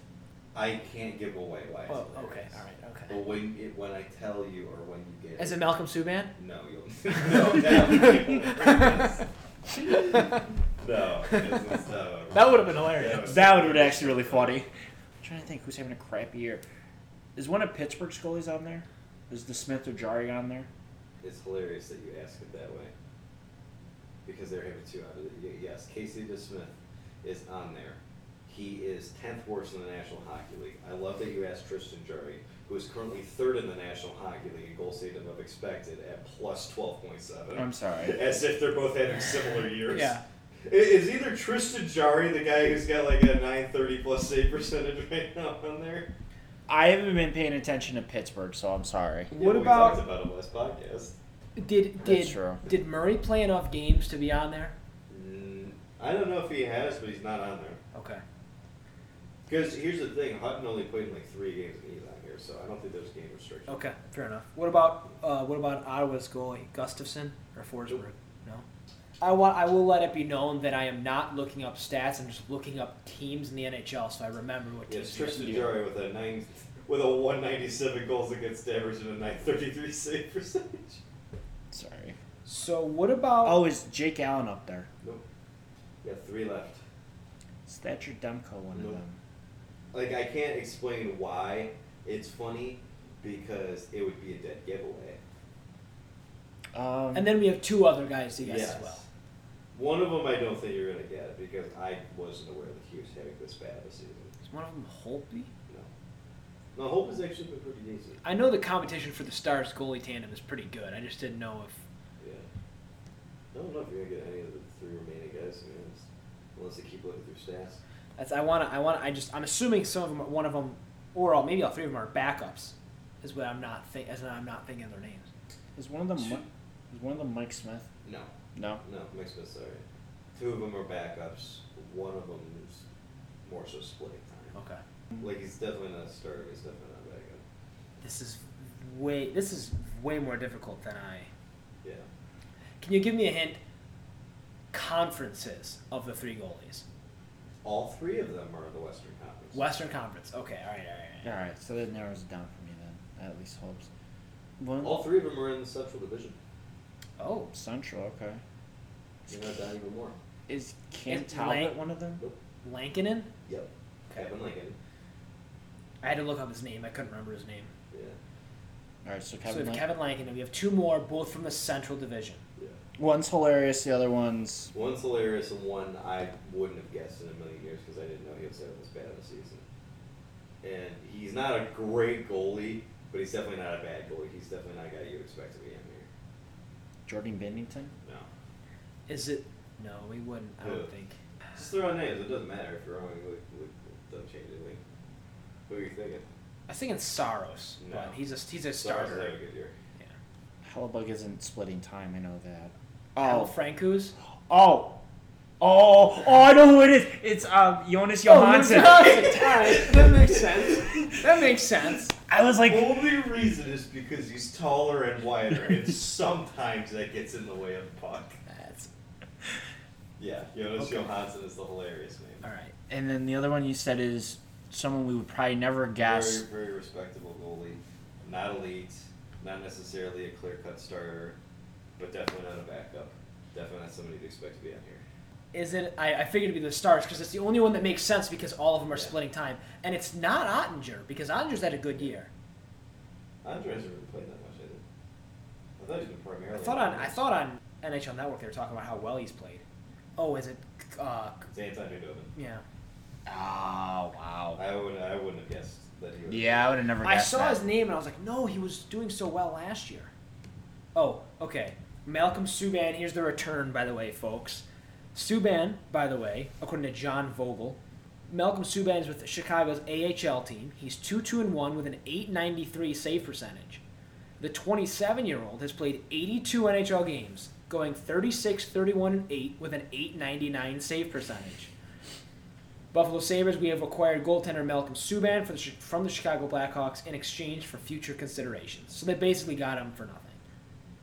[SPEAKER 2] I can't give away why. it's
[SPEAKER 4] Oh,
[SPEAKER 2] hilarious.
[SPEAKER 4] okay, all right, okay.
[SPEAKER 2] But when it, when I tell you or when you get
[SPEAKER 4] Is it Malcolm Subban?
[SPEAKER 2] No, you'll no, no, no. It's, uh,
[SPEAKER 4] That would have been hilarious.
[SPEAKER 5] That would have been actually really funny. I'm trying to think who's having a crappy year. Is one of Pittsburgh's goalies on there? Is the Smith or Jari on there?
[SPEAKER 2] It's hilarious that you ask it that way. Because they're having two out of the. y- Yes, Casey DeSmith is on there. He is tenth worst in the National Hockey League. I love that you asked Tristan Jarry, who is currently third in the National Hockey League in goal saved above expected at plus twelve point seven.
[SPEAKER 5] I'm sorry.
[SPEAKER 2] As if they're both having similar years.
[SPEAKER 4] Yeah.
[SPEAKER 2] I- Is either Tristan Jari the guy who's got like a 930 plus save percentage right now on there?
[SPEAKER 5] I haven't been paying attention to Pittsburgh, so I'm sorry.
[SPEAKER 4] What
[SPEAKER 2] Yeah,
[SPEAKER 4] about-
[SPEAKER 2] We talked about him last podcast.
[SPEAKER 4] Did
[SPEAKER 5] That's
[SPEAKER 4] did
[SPEAKER 5] true.
[SPEAKER 4] did Murray play enough games to be on there?
[SPEAKER 2] Mm, I don't know if he has, but he's not on there.
[SPEAKER 4] Okay.
[SPEAKER 2] Because here's the thing Hutton only played in like three games and he's on here, so I don't think there's game restrictions.
[SPEAKER 4] Okay. Fair enough. What about uh, what about Ottawa's goalie Gustafson or Forsberg? No. I want. I will let it be known that I am not looking up stats. I'm just looking up teams in the NHL, so I remember what
[SPEAKER 2] Yes,
[SPEAKER 4] teams.
[SPEAKER 2] Tristan
[SPEAKER 4] do.
[SPEAKER 2] Jari with a nine, with a 197 goals against average and a 933 save percentage.
[SPEAKER 5] Sorry.
[SPEAKER 4] So what about?
[SPEAKER 5] Oh, is Jake Allen up there?
[SPEAKER 2] Nope. Yeah, three left.
[SPEAKER 5] Is Thatcher Demko one of
[SPEAKER 2] Nope.
[SPEAKER 5] them?
[SPEAKER 2] like I can't explain why it's funny because it would be a dead giveaway.
[SPEAKER 5] Um,
[SPEAKER 4] And then we have two other guys to guess as well.
[SPEAKER 2] One of them I don't think you're gonna get because I wasn't aware that he was having this bad of a season.
[SPEAKER 4] Is one of them Holtby?
[SPEAKER 2] No, no, Hope has actually been pretty decent.
[SPEAKER 4] I know the competition for the Stars goalie tandem is pretty good. I just didn't know if
[SPEAKER 2] Yeah, I don't know if you're gonna get any of the three remaining guys, to be honest, unless they keep looking through stats.
[SPEAKER 4] that's. I want to. I want. I just. I'm assuming some of them. One of them, or all, maybe all three of them are backups. Is what I'm not think. As in I'm not thinking of their names.
[SPEAKER 5] is one of them Mi- is one of them Mike Smith?
[SPEAKER 2] No,
[SPEAKER 5] No.
[SPEAKER 2] no, Mike Smith's alright. Two of them are backups. One of them is more so splitting time.
[SPEAKER 4] Okay.
[SPEAKER 2] Like he's definitely not a starter. He's definitely not a backup.
[SPEAKER 4] This is way. This is way more difficult than I.
[SPEAKER 2] Yeah.
[SPEAKER 4] Can you give me a hint? Conferences of the three goalies.
[SPEAKER 2] All three of them are in the Western Conference.
[SPEAKER 4] Western Conference. Okay. All right. All right. All
[SPEAKER 5] All
[SPEAKER 4] right.
[SPEAKER 5] right, so that narrows it down for me then. That at least helps. One
[SPEAKER 2] All three of them are in the Central Division.
[SPEAKER 4] Oh.
[SPEAKER 5] Central, okay.
[SPEAKER 2] You're not down even more.
[SPEAKER 5] Is Cam
[SPEAKER 4] Is
[SPEAKER 5] Talbot
[SPEAKER 4] Lang-
[SPEAKER 5] one of them?
[SPEAKER 2] Nope.
[SPEAKER 4] Oh, Lankinen.
[SPEAKER 2] Yep. Kevin Lincoln.
[SPEAKER 4] I had to look up his name. I couldn't remember his name.
[SPEAKER 2] Yeah.
[SPEAKER 5] All right, so
[SPEAKER 4] so we
[SPEAKER 5] Kevin.
[SPEAKER 4] have
[SPEAKER 5] Lang-
[SPEAKER 4] Kevin Lankin, and we have two more, both from the Central Division.
[SPEAKER 2] Yeah.
[SPEAKER 5] One's hilarious, the other one's
[SPEAKER 2] One's hilarious and one I wouldn't have guessed in a million years because I didn't know he was having this bad of a season. And he's not a great goalie, but he's definitely not a bad goalie. He's definitely not a guy you expect to be in here.
[SPEAKER 5] Jordan Bennington.
[SPEAKER 2] No.
[SPEAKER 4] Is it? No, we wouldn't. I
[SPEAKER 2] Yeah.
[SPEAKER 4] don't think.
[SPEAKER 2] Just throw out names. It doesn't matter if you're wrong. We, we, don't change anything. Who are you thinking?
[SPEAKER 4] I was thinking Saros,
[SPEAKER 2] No.
[SPEAKER 4] but he's a he's a
[SPEAKER 2] Stars had a
[SPEAKER 4] starter.
[SPEAKER 2] good year.
[SPEAKER 4] Yeah.
[SPEAKER 5] Hellebug isn't splitting time. I know that.
[SPEAKER 4] Al
[SPEAKER 5] Oh,
[SPEAKER 4] Francouz.
[SPEAKER 5] oh, oh, oh! I know who it is. It's um Jonas
[SPEAKER 4] Oh,
[SPEAKER 5] Johansson.
[SPEAKER 4] that makes sense. That makes sense.
[SPEAKER 5] I was like,
[SPEAKER 2] only reason is because he's taller and wider, and sometimes that gets in the way of the puck.
[SPEAKER 4] That's
[SPEAKER 2] Yeah, Jonas Johansson is the hilarious
[SPEAKER 4] all
[SPEAKER 2] name.
[SPEAKER 4] right.
[SPEAKER 5] and then the other one you said is someone we would probably never guess.
[SPEAKER 2] Very, very respectable goalie. Not elite, not necessarily a clear cut starter, but definitely not a backup. Definitely not somebody you'd expect to be on here.
[SPEAKER 4] Is it? I, I figured it'd be the Stars because it's the only one that makes sense because all of them are
[SPEAKER 2] Yeah.
[SPEAKER 4] splitting time, and it's not Ottinger because Ottinger's had a good year.
[SPEAKER 2] Andre hasn't really played that much, I think. I thought he's been
[SPEAKER 4] I
[SPEAKER 2] primarily.
[SPEAKER 4] thought on I thought on NHL Network they were talking about how well he's played. Oh, is it? Uh,
[SPEAKER 2] It's Anton Newdobin.
[SPEAKER 4] yeah.
[SPEAKER 5] Ah, wow.
[SPEAKER 2] I, would, I wouldn't have guessed that he was.
[SPEAKER 5] Yeah, I would have never.
[SPEAKER 4] I
[SPEAKER 5] guessed
[SPEAKER 4] saw
[SPEAKER 5] that.
[SPEAKER 4] his name and I was like, no, he was doing so well last year. Oh, okay. Malcolm Subban, here's the return, by the way, folks. Subban, by the way, according to John Vogel, Malcolm Subban is with Chicago's AHL team. He's 2 2 and 1 with an 893 save percentage. The 27 year old has played 82 NHL games, going 36, 31, and 8 with an 899 save percentage. Buffalo Sabres, we have acquired goaltender Malcolm Subban for the, Chi- from the Chicago Blackhawks in exchange for future considerations. So they basically got him for nothing.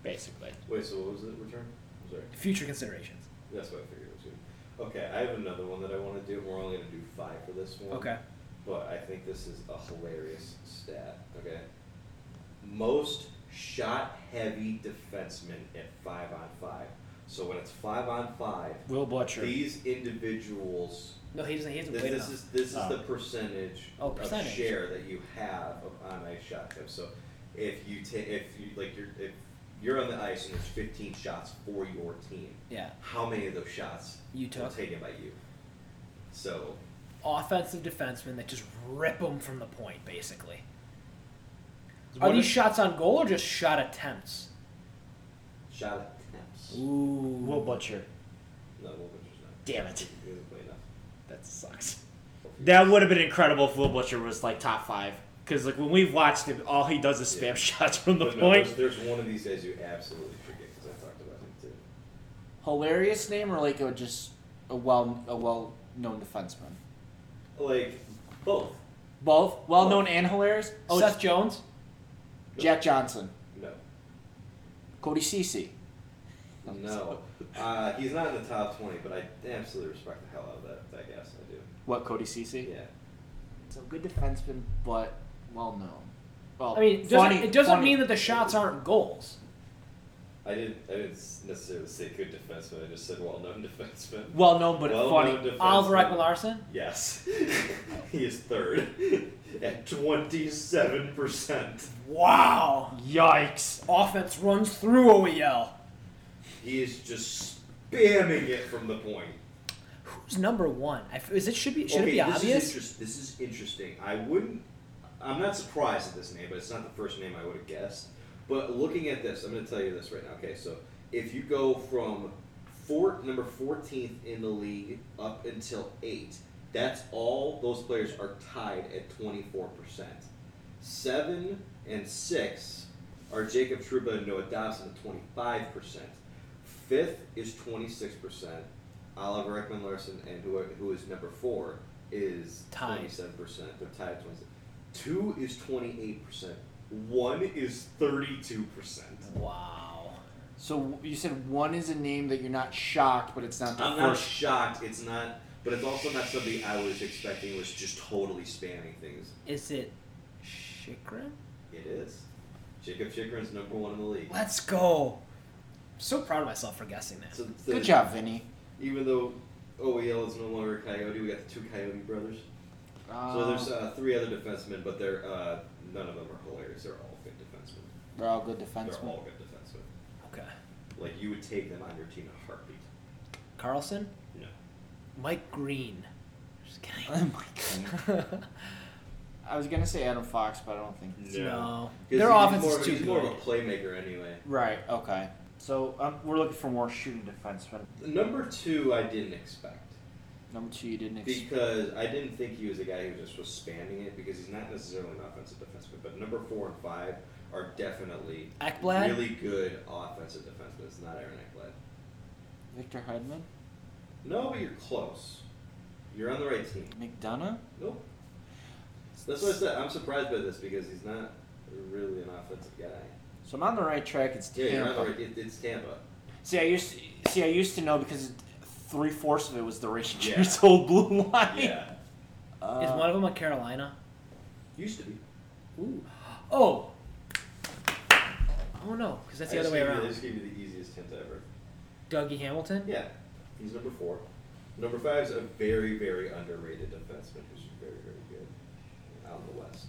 [SPEAKER 5] Basically.
[SPEAKER 2] Wait, so what was the return? I'm sorry.
[SPEAKER 4] Future considerations.
[SPEAKER 2] That's what I figured it was gonna be. Okay, I have another one that I want to do. We're only gonna do five for this one.
[SPEAKER 4] Okay.
[SPEAKER 2] But I think this is a hilarious stat. Okay. Most shot heavy defensemen at five on five. So when it's five on five,
[SPEAKER 5] Will Butcher.
[SPEAKER 2] these individuals.
[SPEAKER 4] No, he doesn't. He hasn't
[SPEAKER 2] This,
[SPEAKER 4] played
[SPEAKER 2] this
[SPEAKER 4] enough.
[SPEAKER 2] is this is
[SPEAKER 5] Oh.
[SPEAKER 2] the percentage
[SPEAKER 4] Oh,
[SPEAKER 2] of
[SPEAKER 4] percentage.
[SPEAKER 2] share that you have of on ice shot attempts. So if you take if you like you're if you're on the ice and there's 15 shots for your team
[SPEAKER 4] yeah.
[SPEAKER 2] how many of those shots
[SPEAKER 4] You
[SPEAKER 2] were
[SPEAKER 4] took.
[SPEAKER 2] taken by you. So
[SPEAKER 4] offensive defensemen that just rip them from the point, basically. Are
[SPEAKER 5] What
[SPEAKER 4] these
[SPEAKER 5] if-
[SPEAKER 4] shots on goal or just shot attempts?
[SPEAKER 2] Shot attempts.
[SPEAKER 4] Ooh.
[SPEAKER 5] Will Butcher.
[SPEAKER 2] No, we'll put yours up.
[SPEAKER 5] Damn it.
[SPEAKER 2] You're the play enough.
[SPEAKER 5] That sucks. That would have been incredible if Will Butcher was like top five. Because like when we've watched him, all he does is spam
[SPEAKER 2] Yeah.
[SPEAKER 5] shots from the
[SPEAKER 2] But no,
[SPEAKER 5] point.
[SPEAKER 2] There's, there's one of these days you absolutely forget because I talked about it too.
[SPEAKER 6] Hilarious name or like a just a well a well known defenseman?
[SPEAKER 2] Like both.
[SPEAKER 6] Both well known and hilarious. Oh,
[SPEAKER 4] Seth Jones?
[SPEAKER 6] it's Jack Johnson,
[SPEAKER 2] No.
[SPEAKER 6] Cody Cece.
[SPEAKER 4] Oh,
[SPEAKER 2] No. Uh, he's not in the top 20, but I absolutely respect the hell out of that, that guess. I do.
[SPEAKER 6] What Cody Cece?
[SPEAKER 2] Yeah.
[SPEAKER 6] So good defenseman, but well known.
[SPEAKER 5] Oh,
[SPEAKER 6] Well,
[SPEAKER 4] I mean, it doesn't,
[SPEAKER 6] funny,
[SPEAKER 4] it doesn't
[SPEAKER 6] funny.
[SPEAKER 4] mean that the shots aren't goals.
[SPEAKER 2] I didn't, I didn't s- necessarily say good defenseman. I just said well known defenseman.
[SPEAKER 6] well known, but
[SPEAKER 2] Well-known
[SPEAKER 6] funny.
[SPEAKER 2] defenseman.
[SPEAKER 4] Oliver Ekman-Larson?
[SPEAKER 2] Yes. he is third at 27%.
[SPEAKER 4] Wow.
[SPEAKER 5] Yikes.
[SPEAKER 4] Offense runs through E OEL.
[SPEAKER 2] He is just spamming it from the point.
[SPEAKER 4] Who's number one? I f is it should be should
[SPEAKER 2] okay,
[SPEAKER 4] it be
[SPEAKER 2] this Is
[SPEAKER 4] obvious?
[SPEAKER 2] interest, this is interesting. I wouldn't. I'm not surprised at this name, but it's not the first name I would have guessed. But looking at this, I'm going to tell you this right now. Okay, so if you go from four, number 14th in the league up until eight, that's all those players are tied at 24%. Seven and six are Jacob Truba and Noah Dobson at 25%. Fifth is 26%. Oliver Ekman Larson, and who, who is number four, is
[SPEAKER 4] Tied.
[SPEAKER 2] 27%. They're tied at 26 Two is 28%. One is 32%.
[SPEAKER 4] Wow.
[SPEAKER 6] So you said one is a name that you're not shocked, but it's not the
[SPEAKER 2] I'm not
[SPEAKER 6] first.
[SPEAKER 2] shocked. It's not, but it's also not something I was expecting was just totally spamming things.
[SPEAKER 4] Is it Shikrin?
[SPEAKER 2] It is. Jacob Chikrin's number one in the league.
[SPEAKER 4] Let's go. I'm so proud of myself for guessing that.
[SPEAKER 2] So, so
[SPEAKER 6] Good job, Vinny.
[SPEAKER 2] Even though OEL is no longer a Coyote, we got the two Coyote brothers.
[SPEAKER 4] Ah.
[SPEAKER 2] So
[SPEAKER 6] Um,
[SPEAKER 2] there's uh, three other defensemen, but they're uh, none of them are hilarious. They're all good defensemen.
[SPEAKER 6] they're all good
[SPEAKER 2] They're
[SPEAKER 6] defensemen.
[SPEAKER 2] all good defensemen.
[SPEAKER 4] Okay.
[SPEAKER 2] Like you would take them on your team in a heartbeat.
[SPEAKER 4] Carlson?
[SPEAKER 2] No.
[SPEAKER 4] Mike Green. Just
[SPEAKER 6] Oh
[SPEAKER 4] kidding.
[SPEAKER 6] my goodness. I was gonna say Adam Fox, but I don't think.
[SPEAKER 4] no.
[SPEAKER 2] 'Cause
[SPEAKER 4] Their
[SPEAKER 2] he's
[SPEAKER 4] offense
[SPEAKER 2] more,
[SPEAKER 4] is too
[SPEAKER 2] He's more of a
[SPEAKER 4] good.
[SPEAKER 2] playmaker anyway.
[SPEAKER 6] Right. Okay. So um, we're looking for more shooting defensemen.
[SPEAKER 2] Number two, I didn't expect.
[SPEAKER 6] Number two, you didn't. Ex-
[SPEAKER 2] Because I didn't think he was a guy who just was spamming it because he's not necessarily an offensive defenseman. But number four and five are definitely
[SPEAKER 4] Ekblad?
[SPEAKER 2] really good offensive defensemen. It's not Aaron Eckblad.
[SPEAKER 6] Victor Hedman,
[SPEAKER 2] No, but you're close. You're on the right team.
[SPEAKER 6] McDonough.
[SPEAKER 2] Nope. That's what I said. I'm surprised by this because he's not really an offensive guy.
[SPEAKER 6] So I'm on the right track. It's
[SPEAKER 2] Yeah,
[SPEAKER 6] Tampa.
[SPEAKER 2] you're on the right. It, it's Tampa.
[SPEAKER 6] See, I used to, see. I used to know because three fourths of it was the
[SPEAKER 2] Yeah.
[SPEAKER 6] Rangers' old blue line.
[SPEAKER 2] Yeah.
[SPEAKER 6] Uh,
[SPEAKER 4] Is one of them a Carolina?
[SPEAKER 2] Used to be.
[SPEAKER 4] Ooh. Oh. Oh no, because that's the
[SPEAKER 2] I
[SPEAKER 4] other
[SPEAKER 2] just
[SPEAKER 4] way
[SPEAKER 2] gave you- I
[SPEAKER 4] around.
[SPEAKER 2] just gave you the easiest hint ever.
[SPEAKER 4] Dougie Hamilton?
[SPEAKER 2] Yeah, he's number four. Number five is a very, very underrated defenseman who's very, very good out in the West.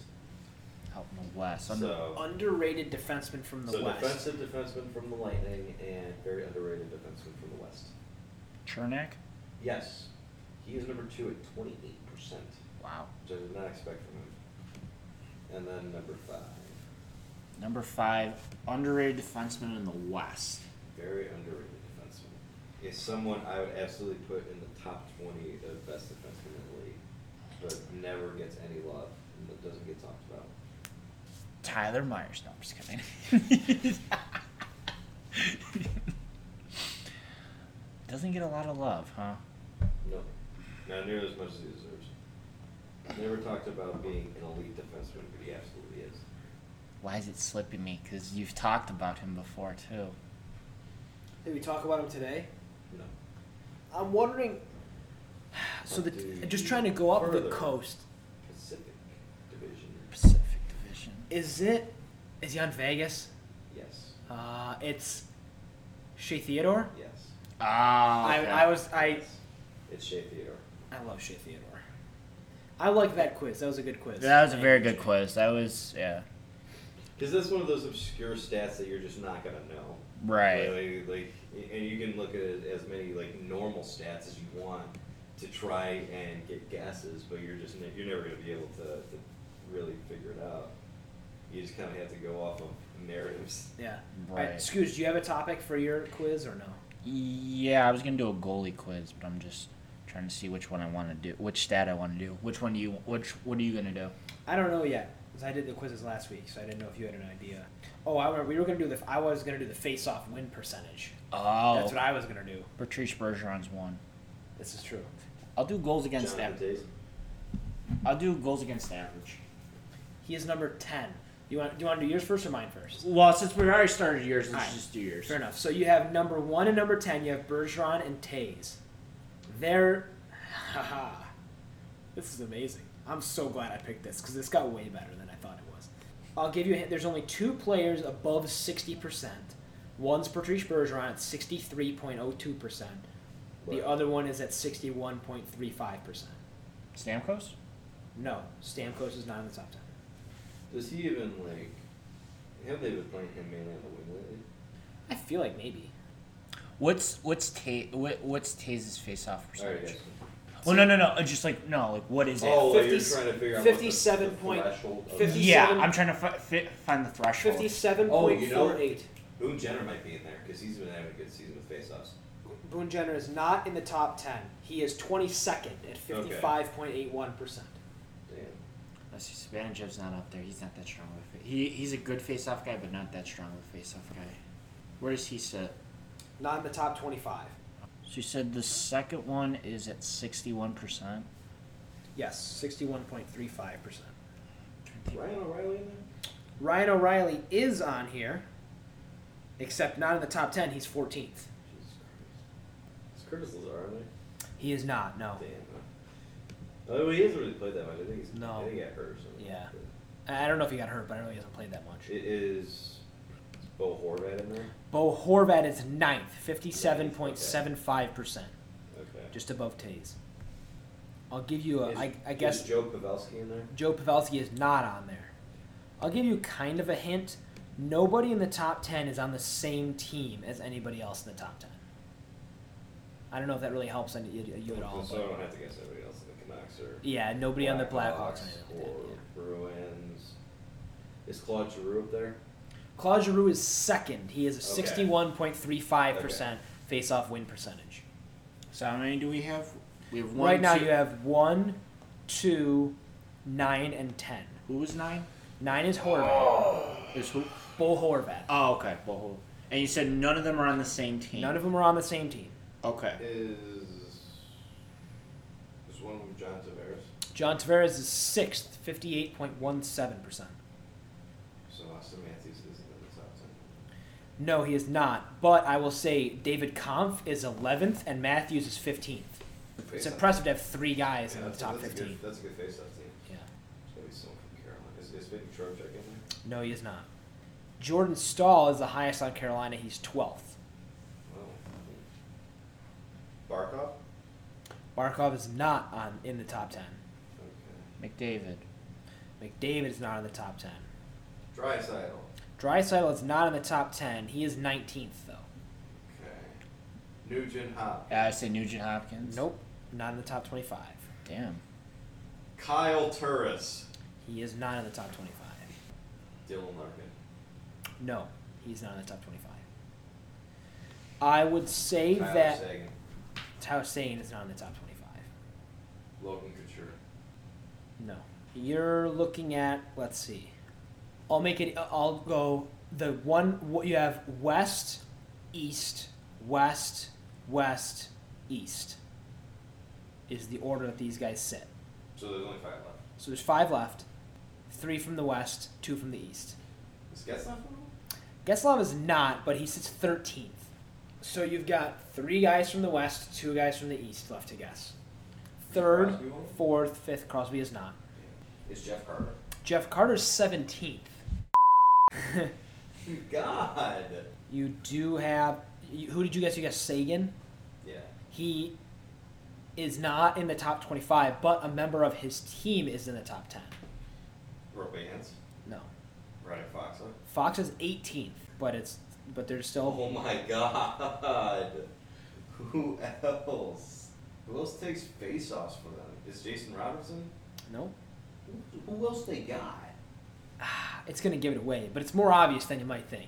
[SPEAKER 5] Out in the West. Under-
[SPEAKER 2] So,
[SPEAKER 4] Underrated defenseman from the
[SPEAKER 2] so
[SPEAKER 4] West.
[SPEAKER 2] defensive defenseman from the Lightning and very underrated defenseman from the West.
[SPEAKER 5] Chernak?
[SPEAKER 2] Yes, he is number two at twenty-eight percent,
[SPEAKER 5] Wow.
[SPEAKER 2] which I did not expect from him. And then number five.
[SPEAKER 5] Number five, underrated defenseman in the West.
[SPEAKER 2] very underrated defenseman. Is someone I would absolutely put in the top twenty of best defensemen in the league, but never gets any love and doesn't get talked about.
[SPEAKER 5] Tyler Myers. No, I'm just kidding. Doesn't get a lot of love, huh?
[SPEAKER 2] No, not nearly as much as he deserves. Never talked about being an elite defenseman, but he absolutely is.
[SPEAKER 5] Why is it slipping me? Because you've talked about him before, too.
[SPEAKER 4] Did we talk about him today?
[SPEAKER 2] No.
[SPEAKER 4] I'm wondering. So the
[SPEAKER 2] Dude.
[SPEAKER 4] just trying to go up the
[SPEAKER 2] Further.
[SPEAKER 4] coast.
[SPEAKER 2] Pacific Division.
[SPEAKER 5] Pacific Division.
[SPEAKER 4] Is it? Is he on Vegas?
[SPEAKER 2] Yes.
[SPEAKER 4] Uh, it's Shea Theodore.
[SPEAKER 2] Yes.
[SPEAKER 5] Ah. okay.
[SPEAKER 4] I, I was I
[SPEAKER 2] It's Shea Theodore.
[SPEAKER 4] I love Shea Theodore. I like that quiz. That was a good quiz.
[SPEAKER 5] That was a very good quiz. That was, yeah.
[SPEAKER 2] Because that's one of those obscure stats that you're just not gonna know.
[SPEAKER 5] Right.
[SPEAKER 2] Like, like, and you can look at it as many like normal stats as you want, to try and get guesses, but you're just ne- you're never going to be able to, to really figure it out. You just kind of have to go off of narratives.
[SPEAKER 4] Yeah.
[SPEAKER 5] Right.
[SPEAKER 4] Alright, Scooge, do you have a topic for your quiz or no?
[SPEAKER 5] Yeah, I was gonna do a goalie quiz, but I'm just trying to see which one I want to do, which stat I want to do, which one do you, which, what are you gonna do?
[SPEAKER 4] I don't know yet, because I did the quizzes last week, so I didn't know if you had an idea. Oh, I remember we were gonna do the. I was gonna do the face-off win percentage.
[SPEAKER 5] Oh,
[SPEAKER 4] That's what I was gonna do.
[SPEAKER 5] Patrice Bergeron's one.
[SPEAKER 4] This is true.
[SPEAKER 5] I'll do goals against
[SPEAKER 2] Jonathan
[SPEAKER 5] average.
[SPEAKER 2] Taze?
[SPEAKER 5] I'll do goals against average.
[SPEAKER 4] He is number ten. You want? Do you want to do yours first or mine first?
[SPEAKER 5] Well, since we already started yours, let's
[SPEAKER 4] Alright.
[SPEAKER 5] just do yours.
[SPEAKER 4] Fair enough. So you have number one and number ten. You have Bergeron and Taze. They're, haha, this is amazing. I'm so glad I picked this because this got way better than I thought it was. I'll give you a hint. There's only two players above sixty percent. One's Patrice Bergeron at sixty-three point oh two percent. The
[SPEAKER 2] Right.
[SPEAKER 4] other one is at sixty-one point three five percent.
[SPEAKER 5] Stamkos?
[SPEAKER 4] No, Stamkos is not in the top ten.
[SPEAKER 2] Does he even like? Have they been playing him mainly on the wing lately?
[SPEAKER 4] I feel like maybe.
[SPEAKER 5] What's what's Ta- what, what's Taze's face-off
[SPEAKER 2] All right,
[SPEAKER 5] percentage?
[SPEAKER 2] guys.
[SPEAKER 5] well, no, no, no. uh, Just like no, like what is it?
[SPEAKER 2] Oh,
[SPEAKER 4] fifty-
[SPEAKER 2] you're trying to figure out what the- the
[SPEAKER 4] 57 point-
[SPEAKER 2] threshold of-
[SPEAKER 4] 50
[SPEAKER 5] yeah,
[SPEAKER 4] 57
[SPEAKER 5] I'm trying to fi- fi- find the threshold.
[SPEAKER 4] Fifty-seven
[SPEAKER 2] Oh,
[SPEAKER 4] point
[SPEAKER 2] you know-
[SPEAKER 4] four eight.
[SPEAKER 2] Boone Jenner might be in there because he's been having a good season with faceoffs.
[SPEAKER 4] Boone Jenner is not in the top 10. He is 22nd at 55.81%.
[SPEAKER 2] Damn.
[SPEAKER 5] Let's see, Sabanejev's not up there. He's not that strong of a fa- he he's a good face-off guy, but not that strong of a face-off guy. Where does he sit?
[SPEAKER 4] Not in the top 25.
[SPEAKER 5] So you said the second one is at sixty-one percent.
[SPEAKER 4] Yes, 61.35%.
[SPEAKER 2] Ryan O'Reilly in there?
[SPEAKER 4] Ryan O'Reilly is on here, except not in the top 10. He's 14th.
[SPEAKER 2] Jesus Christ. Is Curtis Lazar in there?
[SPEAKER 4] He is not, no.
[SPEAKER 2] Damn. Oh, he hasn't really played that much. I think he's.
[SPEAKER 4] No.
[SPEAKER 2] I think he got hurt or something.
[SPEAKER 4] Yeah. I I don't know if he got hurt, but I know he hasn't played that much.
[SPEAKER 2] It is. is Bo Horvat in there?
[SPEAKER 4] Bo Horvat is 9th, 57.75%,
[SPEAKER 2] Okay.
[SPEAKER 4] just above Taze. I'll give you a,
[SPEAKER 2] Is-
[SPEAKER 4] I, I
[SPEAKER 2] is
[SPEAKER 4] guess.
[SPEAKER 2] Joe Pavelski in there?
[SPEAKER 4] Joe Pavelski is not on there. I'll give you kind of a hint. Nobody in the top 10 is on the same team as anybody else in the top 10. I don't know if that really helps any, you, you at all.
[SPEAKER 2] so I
[SPEAKER 4] But
[SPEAKER 2] don't have to guess anybody else in the Canucks or.
[SPEAKER 4] yeah, nobody on the Blackhawks.
[SPEAKER 2] Blackhawks
[SPEAKER 4] or anything
[SPEAKER 2] or
[SPEAKER 4] like that, yeah.
[SPEAKER 2] Bruins. Is Claude Giroux up there?
[SPEAKER 4] Claude Giroux is second. He is a
[SPEAKER 2] Okay.
[SPEAKER 4] 61.35% face-off win percentage.
[SPEAKER 5] So how many do we have? We have one.
[SPEAKER 4] right now
[SPEAKER 5] two-
[SPEAKER 4] you have one, two, nine, and 10.
[SPEAKER 5] who was nine?
[SPEAKER 4] 9 is
[SPEAKER 2] Oh.
[SPEAKER 4] Horvat.
[SPEAKER 5] Is who?
[SPEAKER 4] Bo Horvat.
[SPEAKER 5] Oh, okay. Well, who? And you said none of them are on the same team.
[SPEAKER 4] None of them are on the same team.
[SPEAKER 5] Okay.
[SPEAKER 2] Is is one of them John Tavares?
[SPEAKER 4] John Tavares is sixth, fifty-eight point one seven percent.
[SPEAKER 2] So Austin Matthews isn't in the top ten.
[SPEAKER 4] No, he is not. But I will say David Kampf is eleventh and Matthews is fifteenth. It's
[SPEAKER 2] Face-off.
[SPEAKER 4] impressive to have three guys
[SPEAKER 2] Yeah,
[SPEAKER 4] in the
[SPEAKER 2] that's-
[SPEAKER 4] top
[SPEAKER 2] that's a good-
[SPEAKER 4] fifteen.
[SPEAKER 2] That's a good face-off team.
[SPEAKER 4] Yeah.
[SPEAKER 2] It's gonna be someone from Carolina. Is, is Vic Trocheck in there?
[SPEAKER 4] No, he is not. Jordan Stahl is the highest on Carolina. He's twelfth.
[SPEAKER 2] Well, Oh, Barkov.
[SPEAKER 4] Barkov is not on in the top ten.
[SPEAKER 2] Okay.
[SPEAKER 5] McDavid.
[SPEAKER 4] McDavid is not in the top ten.
[SPEAKER 2] Drysaitel.
[SPEAKER 4] Drysaitel is not in the top ten. He is nineteenth though.
[SPEAKER 2] Okay. Nugent Hop.
[SPEAKER 5] Yeah, I say Nugent Hopkins.
[SPEAKER 4] Nope, not in the top twenty-five.
[SPEAKER 5] Damn.
[SPEAKER 2] Kyle Turris.
[SPEAKER 4] He is not in the top twenty-five.
[SPEAKER 2] Dylan Larkin.
[SPEAKER 4] No, he's not in the top 25. I would say
[SPEAKER 2] Tyler
[SPEAKER 4] that
[SPEAKER 2] Sagan.
[SPEAKER 4] Tao Sane is not in the top 25.
[SPEAKER 2] Logan Couture.
[SPEAKER 4] No. You're looking at, let's see. I'll make it, uh, I'll go the one, what you have west, east, west, west, east is the order that these guys sit.
[SPEAKER 2] So there's only five left.
[SPEAKER 4] So there's five left three from the west, two from the east.
[SPEAKER 2] Is Getzlaff one?
[SPEAKER 4] Getzlav is not, but he sits 13th. So you've got three guys from the West, two guys from the East left to guess. Third,
[SPEAKER 2] Crosby one?
[SPEAKER 4] fourth, fifth, Crosby is not.
[SPEAKER 2] Is Jeff Carter.
[SPEAKER 4] Jeff Carter's 17th.
[SPEAKER 2] God.
[SPEAKER 4] You do have. You, who did you guess? You guessed Sagan.
[SPEAKER 2] Yeah.
[SPEAKER 4] He is not in the top 25, but a member of his team is in the top 10.
[SPEAKER 2] Robans.
[SPEAKER 4] No.
[SPEAKER 2] Ryan Fox.
[SPEAKER 4] Fox is 18th, but it's but there's still
[SPEAKER 2] Oh my God. Who else? Who else takes faceoffs for them? Is Jason Robinson?
[SPEAKER 4] No,
[SPEAKER 6] Who- Who else they got?
[SPEAKER 4] it's going to give it away, but it's more obvious than you might think.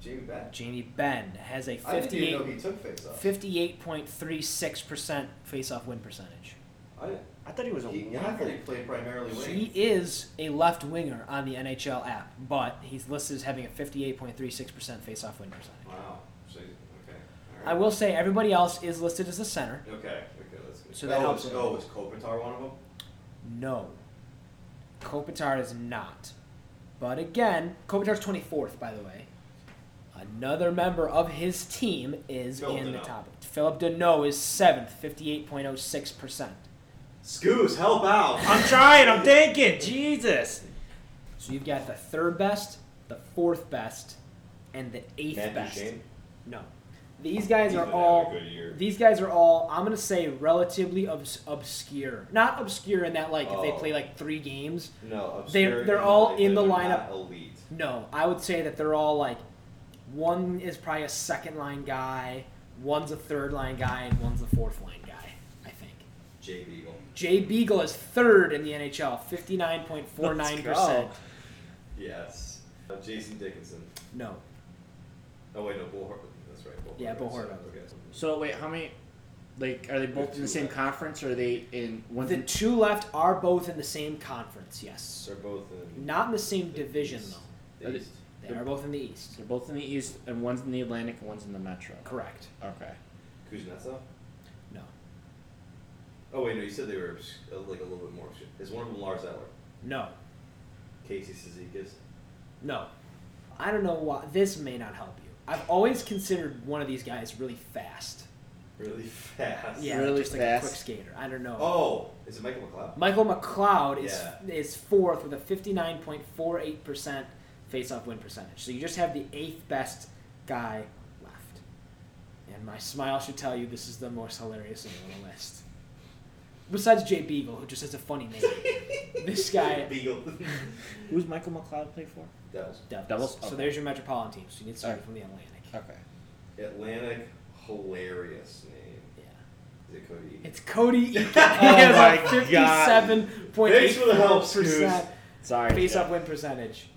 [SPEAKER 2] Jamie Benn.
[SPEAKER 4] Jamie Benn has a
[SPEAKER 2] I didn't even know
[SPEAKER 4] 58,
[SPEAKER 2] he took faceoffs.
[SPEAKER 4] 58.36% face-off win percentage.
[SPEAKER 2] I didn't.
[SPEAKER 5] I thought he was a
[SPEAKER 2] He, I thought he
[SPEAKER 5] wonder.
[SPEAKER 2] played primarily wing.
[SPEAKER 4] He is a left winger on the NHL app, but he's listed as having a 58.36% face-off win percentage.
[SPEAKER 2] wow. So, okay. All
[SPEAKER 4] I
[SPEAKER 2] right.
[SPEAKER 4] will say everybody else is listed as a center.
[SPEAKER 2] Okay. Okay. That's good.
[SPEAKER 4] So that
[SPEAKER 2] oh,
[SPEAKER 4] helps
[SPEAKER 2] Was,
[SPEAKER 4] it.
[SPEAKER 2] oh, was Kopitar one of them?
[SPEAKER 4] No. Kopitar is not. But again, Kopitar's 24th, by the way. Another member of his team is
[SPEAKER 2] Philip
[SPEAKER 4] in the
[SPEAKER 2] Deneau.
[SPEAKER 4] top. Philip Deneau is 7th, 58.06%.
[SPEAKER 2] Scoos, help out.
[SPEAKER 5] I'm trying. I'm thinking. Jesus.
[SPEAKER 4] So you've got the third best, the fourth best, and the eighth
[SPEAKER 2] Matt
[SPEAKER 4] best.
[SPEAKER 2] Duchene?
[SPEAKER 4] No. These guys
[SPEAKER 2] He's
[SPEAKER 4] are
[SPEAKER 2] been having
[SPEAKER 4] all.
[SPEAKER 2] a good year.
[SPEAKER 4] These guys are all. I'm gonna say relatively obs- obscure. Not obscure in that like if they
[SPEAKER 2] Oh.
[SPEAKER 4] play like three games.
[SPEAKER 2] No,
[SPEAKER 4] They-
[SPEAKER 2] obscure
[SPEAKER 4] they're
[SPEAKER 2] and
[SPEAKER 4] all
[SPEAKER 2] they-
[SPEAKER 4] in the
[SPEAKER 2] they're
[SPEAKER 4] lineup.
[SPEAKER 2] Not elite.
[SPEAKER 4] No, I would say that they're all like. One is probably a second line guy. One's a third line guy, and one's a fourth line guy. I think.
[SPEAKER 2] Jay Beagle.
[SPEAKER 4] Jay Beagle is third in the NHL, fifty nine point four nine percent.
[SPEAKER 5] Let's
[SPEAKER 2] Yes. Uh, Jason Dickinson.
[SPEAKER 4] No,
[SPEAKER 2] Oh wait, no, Bull Hor- That's right. Bull
[SPEAKER 4] Yeah,
[SPEAKER 2] Horvath.
[SPEAKER 4] Bull
[SPEAKER 2] Sorry,
[SPEAKER 4] Horvath.
[SPEAKER 2] okay.
[SPEAKER 5] So wait, how many? Like, are they both in the same conference, or are they in one?
[SPEAKER 4] the two left are both in the same conference. Yes.
[SPEAKER 2] They're both in.
[SPEAKER 4] Not in the
[SPEAKER 2] the
[SPEAKER 4] same division,
[SPEAKER 2] East.
[SPEAKER 4] though.
[SPEAKER 2] The East.
[SPEAKER 4] They are both in the East.
[SPEAKER 5] They're both in the East, and one's in the Atlantic, and one's in the Metro.
[SPEAKER 4] Correct.
[SPEAKER 5] Okay.
[SPEAKER 2] Kuznetsov.
[SPEAKER 4] No.
[SPEAKER 2] Oh wait, no, you said they were obs- uh, like a little bit more. obscure. Is one of them Lars Eller?
[SPEAKER 4] No.
[SPEAKER 2] Casey Sezikis.
[SPEAKER 4] No. I don't know why. This may not help you. I've always considered one of these guys really fast.
[SPEAKER 2] Really fast.
[SPEAKER 4] Yeah,
[SPEAKER 5] Really
[SPEAKER 4] just like a quick
[SPEAKER 5] fast?
[SPEAKER 4] skater. I don't know.
[SPEAKER 2] Oh, is it Michael McLeod?
[SPEAKER 4] Michael McLeod is
[SPEAKER 2] Yeah.
[SPEAKER 4] is fourth with a fifty nine point four eight percent faceoff win percentage. So you just have the eighth best guy left. And my smile should tell you this is the most hilarious thing on the list. Besides Jay Beagle, who just has a funny name. this guy
[SPEAKER 2] Beagle.
[SPEAKER 5] Who's Michael McLeod play for?
[SPEAKER 2] Devils.
[SPEAKER 4] Devils.
[SPEAKER 5] Devils?
[SPEAKER 4] So
[SPEAKER 5] Okay.
[SPEAKER 4] there's your metropolitan teams. you need somebody
[SPEAKER 5] Alright.
[SPEAKER 4] from the Atlantic.
[SPEAKER 5] Okay.
[SPEAKER 2] Atlantic. Hilarious name.
[SPEAKER 4] Yeah.
[SPEAKER 2] Is it Cody? Eakin?
[SPEAKER 4] It's Cody Eakin.
[SPEAKER 5] my
[SPEAKER 4] oh
[SPEAKER 5] God.
[SPEAKER 4] fifty-seven point eight
[SPEAKER 2] Thanks for the help,
[SPEAKER 4] percent
[SPEAKER 5] Sorry.
[SPEAKER 4] face-off win percentage.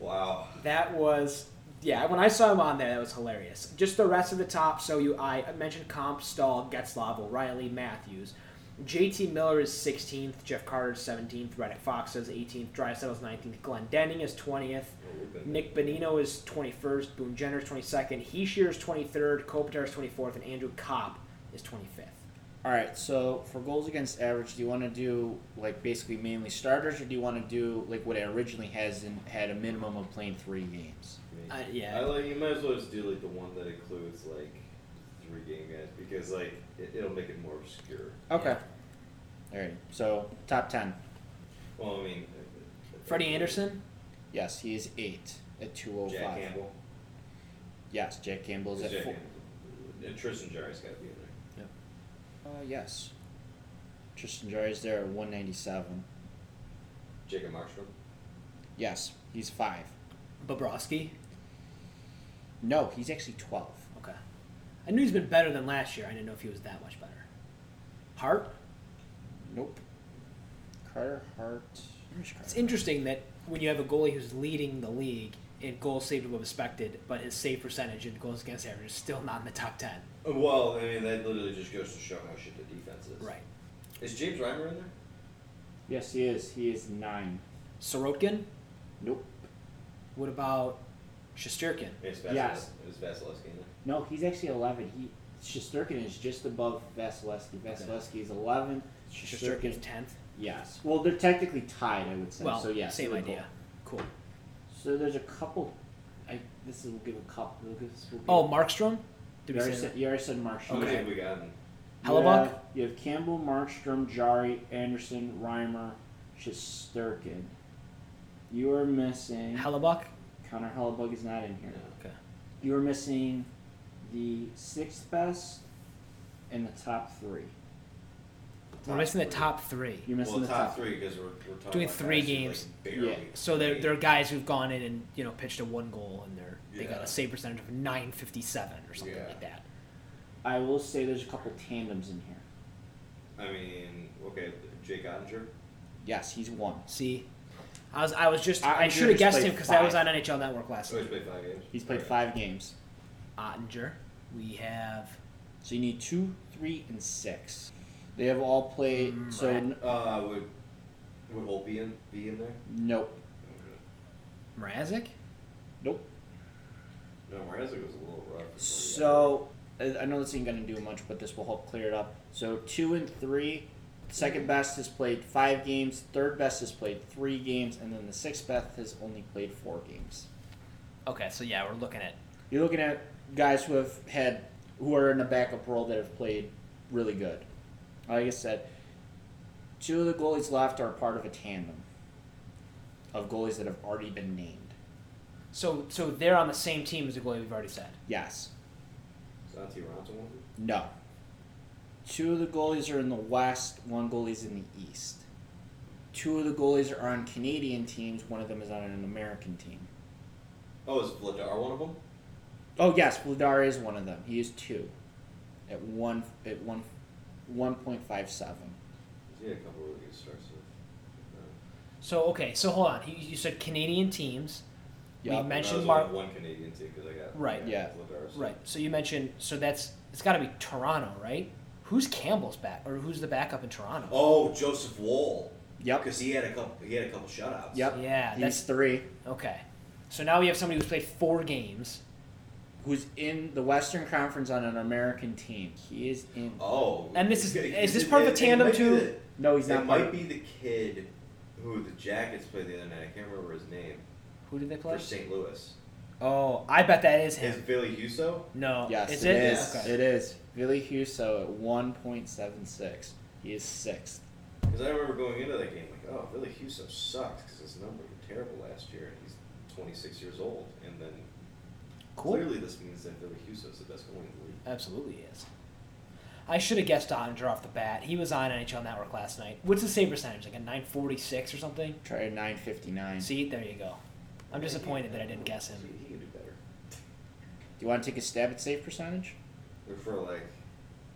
[SPEAKER 2] Wow.
[SPEAKER 4] That was yeah. When I saw him on there, that was hilarious. Just the rest of the top. So you, I mentioned Comp, Stahl, Getzlav, O'Reilly, Matthews. JT Miller is 16th, Jeff Carter is 17th, Reddick Fox is 18th, Drysdale is 19th, Glenn Denning is 20th, Nick Benino is 21st, Boone Jenner is 22nd, Heeshear is 23rd, Kopitar is 24th, and Andrew Kopp is 25th.
[SPEAKER 5] All right. So for goals against average, do you want to do like basically mainly starters, or do you want to do like what it originally has and had a minimum of playing three games?
[SPEAKER 4] Uh,
[SPEAKER 2] I
[SPEAKER 4] yeah.
[SPEAKER 2] like you might as well just do like the one that includes like three game guys because like it, it'll make it more obscure.
[SPEAKER 5] Okay. All right. So top ten.
[SPEAKER 2] Well, I mean, uh,
[SPEAKER 4] Freddie Anderson?
[SPEAKER 5] Yes, he is eight at two oh
[SPEAKER 2] Jack
[SPEAKER 5] five.
[SPEAKER 2] Campbell,
[SPEAKER 5] Yes, Jack Campbell is
[SPEAKER 2] Jack
[SPEAKER 5] at four.
[SPEAKER 2] Campbell, and Tristan Jarry's got to be in there.
[SPEAKER 5] Uh, yes. Tristan Joy is there at one ninety seven.
[SPEAKER 2] Jacob Markstrom,
[SPEAKER 5] Yes, he's five.
[SPEAKER 4] Bobrovsky?
[SPEAKER 5] No, he's actually twelve.
[SPEAKER 4] Okay. I knew he's been better than last year. I didn't know if he was that much better. Hart?
[SPEAKER 5] Nope. Carter Hart. Where's Carter?
[SPEAKER 4] It's interesting that when you have a goalie who's leading the league in goals saved above expected, but his save percentage and goals against average is still not in the top 10.
[SPEAKER 2] Uh, Well, I mean that literally just goes to show how shit the defense is.
[SPEAKER 4] Right.
[SPEAKER 2] Is James Reimer in there?
[SPEAKER 5] Yes, he is. He is nine.
[SPEAKER 4] Sorokin?
[SPEAKER 5] Nope.
[SPEAKER 4] What about Shosturkin?
[SPEAKER 2] Is
[SPEAKER 5] Yes.
[SPEAKER 2] Vasilevsky- Is Vasilevsky in there?
[SPEAKER 5] No, he's actually eleven. He Shosturkin is just above Vasilevsky. Vasilevsky is eleven.
[SPEAKER 4] Shosturkin's
[SPEAKER 5] Shosturkin,
[SPEAKER 4] 10th.
[SPEAKER 5] yes. Well, they're technically tied, I would say.
[SPEAKER 4] Well,
[SPEAKER 5] so yes,
[SPEAKER 4] same
[SPEAKER 5] they're both-
[SPEAKER 4] idea. Cool.
[SPEAKER 5] So there's a couple. I this is will give a couple. We'll give, we'll give,
[SPEAKER 4] Oh, Markstrom? Did
[SPEAKER 5] you
[SPEAKER 4] we
[SPEAKER 5] already,
[SPEAKER 4] say
[SPEAKER 5] said,
[SPEAKER 4] that?
[SPEAKER 5] you already said Marshall.
[SPEAKER 2] How many
[SPEAKER 4] Okay.
[SPEAKER 2] have we gotten?
[SPEAKER 4] Hellebuck?
[SPEAKER 5] Yeah, you have Campbell, Markstrom, Jari, Anderson, Reimer, Shisterkin. You are missing.
[SPEAKER 4] Hellebuck?
[SPEAKER 5] Connor Hellebuck is not in here.
[SPEAKER 4] Okay.
[SPEAKER 5] You are missing the sixth best and the top three.
[SPEAKER 4] We're missing the
[SPEAKER 2] three.
[SPEAKER 4] top three.
[SPEAKER 5] You're missing
[SPEAKER 2] Well,
[SPEAKER 5] the
[SPEAKER 2] top three because we're, we're talking
[SPEAKER 4] Doing
[SPEAKER 2] about
[SPEAKER 4] three
[SPEAKER 2] guys who, like,
[SPEAKER 4] games.
[SPEAKER 2] barely
[SPEAKER 5] Yeah.
[SPEAKER 4] So they're,
[SPEAKER 2] played.
[SPEAKER 4] they're guys who've gone in and you know pitched a one goal and they're they got
[SPEAKER 2] Yeah.
[SPEAKER 4] a save percentage of nine fifty seven or something
[SPEAKER 2] Yeah.
[SPEAKER 4] like that.
[SPEAKER 5] I will say there's a couple tandems in here.
[SPEAKER 2] I mean, okay, Jake Ottinger.
[SPEAKER 5] Yes, he's one.
[SPEAKER 4] See, I was I was just
[SPEAKER 5] I-
[SPEAKER 4] I,
[SPEAKER 5] I
[SPEAKER 4] should have
[SPEAKER 5] just
[SPEAKER 4] guessed
[SPEAKER 5] played
[SPEAKER 4] him because that was on
[SPEAKER 5] five.
[SPEAKER 4] NHL Network last
[SPEAKER 2] Oh, he's
[SPEAKER 4] night.
[SPEAKER 2] played five games.
[SPEAKER 5] He's played
[SPEAKER 2] Okay.
[SPEAKER 5] five games.
[SPEAKER 4] Ottinger. We have
[SPEAKER 5] So you need two, three, and six. They have all played. so
[SPEAKER 4] I-
[SPEAKER 5] n-
[SPEAKER 2] Uh, would would Holt be in be in there?
[SPEAKER 5] nope,
[SPEAKER 4] Mrazek.
[SPEAKER 5] nope.
[SPEAKER 2] No, Mrazek was a little rough.
[SPEAKER 5] So I I know this ain't gonna do much, but this will help clear it up. So two and three, second best has played five games. Third best has played three games, and then the sixth best has only played four games.
[SPEAKER 4] Okay, so yeah, we're looking at
[SPEAKER 5] You're looking at guys who have had who are in the backup role that have played really good. Like I said, two of the goalies left are part of a tandem of goalies that have already been named.
[SPEAKER 4] so so they're on the same team as the goalie we've already said.
[SPEAKER 5] Yes.
[SPEAKER 2] Santi Ronson one.
[SPEAKER 5] No. Two of the goalies are in the West, one goalie's in the East. Two of the goalies are on Canadian teams, one of them is on an American team.
[SPEAKER 2] Oh, is Vladar one of them?
[SPEAKER 5] Oh yes, Vladar is one of them. He is two. At one at one one point five seven.
[SPEAKER 2] He had a couple really good starts. so-
[SPEAKER 4] So okay, so hold on. You, you said Canadian teams,
[SPEAKER 5] Yup.
[SPEAKER 4] we
[SPEAKER 2] I
[SPEAKER 4] mentioned
[SPEAKER 2] was
[SPEAKER 4] Mark.
[SPEAKER 2] only one Canadian team because I got
[SPEAKER 4] Right.
[SPEAKER 2] I got
[SPEAKER 5] Yeah.
[SPEAKER 2] Vladar, so-
[SPEAKER 4] Right. So you mentioned so that's it's got to be Toronto, right? Who's Campbell's back or who's the backup in Toronto?
[SPEAKER 2] Oh, Joseph Wool.
[SPEAKER 5] Yep.
[SPEAKER 2] Because he had a couple. He had a couple shutouts.
[SPEAKER 5] Yep.
[SPEAKER 4] Yeah,
[SPEAKER 5] He's
[SPEAKER 4] that's-
[SPEAKER 5] three.
[SPEAKER 4] Okay. So now we have somebody who's played four games.
[SPEAKER 5] Who's in the Western Conference on an American team? He is in.
[SPEAKER 2] Oh.
[SPEAKER 4] And this is-
[SPEAKER 2] it-
[SPEAKER 4] is this
[SPEAKER 2] it-
[SPEAKER 4] part of the
[SPEAKER 2] it- it
[SPEAKER 4] tandem
[SPEAKER 2] might be
[SPEAKER 4] too?
[SPEAKER 2] the-
[SPEAKER 5] No, he's
[SPEAKER 2] it
[SPEAKER 5] not.
[SPEAKER 2] might be the kid who the Jackets played the other night. I can't remember his name.
[SPEAKER 4] Who did they play?
[SPEAKER 2] For St. Louis.
[SPEAKER 4] Oh, I bet that is
[SPEAKER 2] Is
[SPEAKER 4] him.
[SPEAKER 2] Billy Huso?
[SPEAKER 4] No,
[SPEAKER 5] Yes,
[SPEAKER 4] is
[SPEAKER 5] it
[SPEAKER 4] it?
[SPEAKER 5] is.
[SPEAKER 4] Okay.
[SPEAKER 5] It is. Billy Huso at one point seven six. He is sixth.
[SPEAKER 2] Because I remember going into that game like, oh, Billy Huso sucks because his numbers were terrible last year, and he's 26 years old. And then
[SPEAKER 4] Cool.
[SPEAKER 2] clearly this means that Billy Huso is the best goalie in the league.
[SPEAKER 4] Absolutely is. I should have guessed Ottinger off the bat. He was on NHL Network last night. What's his save percentage? Like a 946 or something?
[SPEAKER 5] Try a nine fifty nine. Do
[SPEAKER 4] See, there you go. I'm disappointed that I didn't guess him.
[SPEAKER 2] He, he can do better.
[SPEAKER 5] you want to take a stab at save percentage?
[SPEAKER 2] Or for like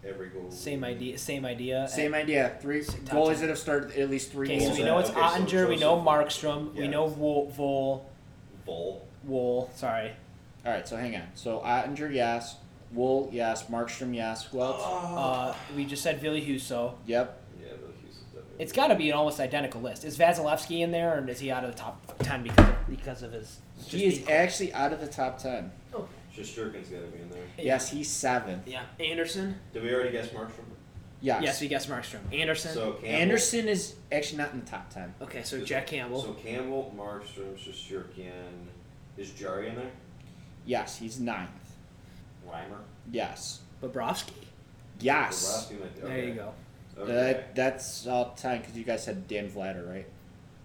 [SPEAKER 2] every goal.
[SPEAKER 4] Same idea. Same idea.
[SPEAKER 5] Same idea. Three
[SPEAKER 4] Top
[SPEAKER 5] goalies
[SPEAKER 4] ten.
[SPEAKER 5] that have started at least three
[SPEAKER 4] Okay,
[SPEAKER 5] goals.
[SPEAKER 4] so we know it's
[SPEAKER 2] Okay, so
[SPEAKER 4] Ottinger. we
[SPEAKER 2] Joseph-
[SPEAKER 4] know Markstrom. We
[SPEAKER 2] Yeah.
[SPEAKER 4] know Vol, Vol,
[SPEAKER 2] Ball.
[SPEAKER 4] Wool. Sorry.
[SPEAKER 5] All right, so hang on. So Ottinger, yes. Wool, yes. Markstrom, yes. Who else?
[SPEAKER 4] Uh, we just said Billy Huso.
[SPEAKER 5] Yep.
[SPEAKER 2] Yeah, Billy Huso's definitely.
[SPEAKER 4] It's got to be an almost identical list. Is Vasilevsky in there, or is he out of the top ten because because of his? just
[SPEAKER 5] He is
[SPEAKER 4] being-
[SPEAKER 5] actually out of the top ten.
[SPEAKER 2] Shosturkin's got to be in there.
[SPEAKER 5] Yes, he's seventh.
[SPEAKER 4] Yeah, Anderson.
[SPEAKER 2] Did we already guess Markstrom?
[SPEAKER 5] Yes.
[SPEAKER 4] Yes, we guessed Markstrom. Anderson.
[SPEAKER 2] So Campbell,
[SPEAKER 5] Anderson is actually not in the top ten.
[SPEAKER 4] okay, so Jack Campbell.
[SPEAKER 2] So Campbell, Markstrom, Shosturkin. Is Jari in there?
[SPEAKER 5] Yes, he's ninth.
[SPEAKER 2] Reimer.
[SPEAKER 5] Yes.
[SPEAKER 4] Bobrovsky.
[SPEAKER 5] Yes.
[SPEAKER 2] Bobrovsky might-
[SPEAKER 4] There you
[SPEAKER 2] okay.
[SPEAKER 4] go.
[SPEAKER 2] Okay.
[SPEAKER 5] That, that's all time because you guys said Dan Vlader, right?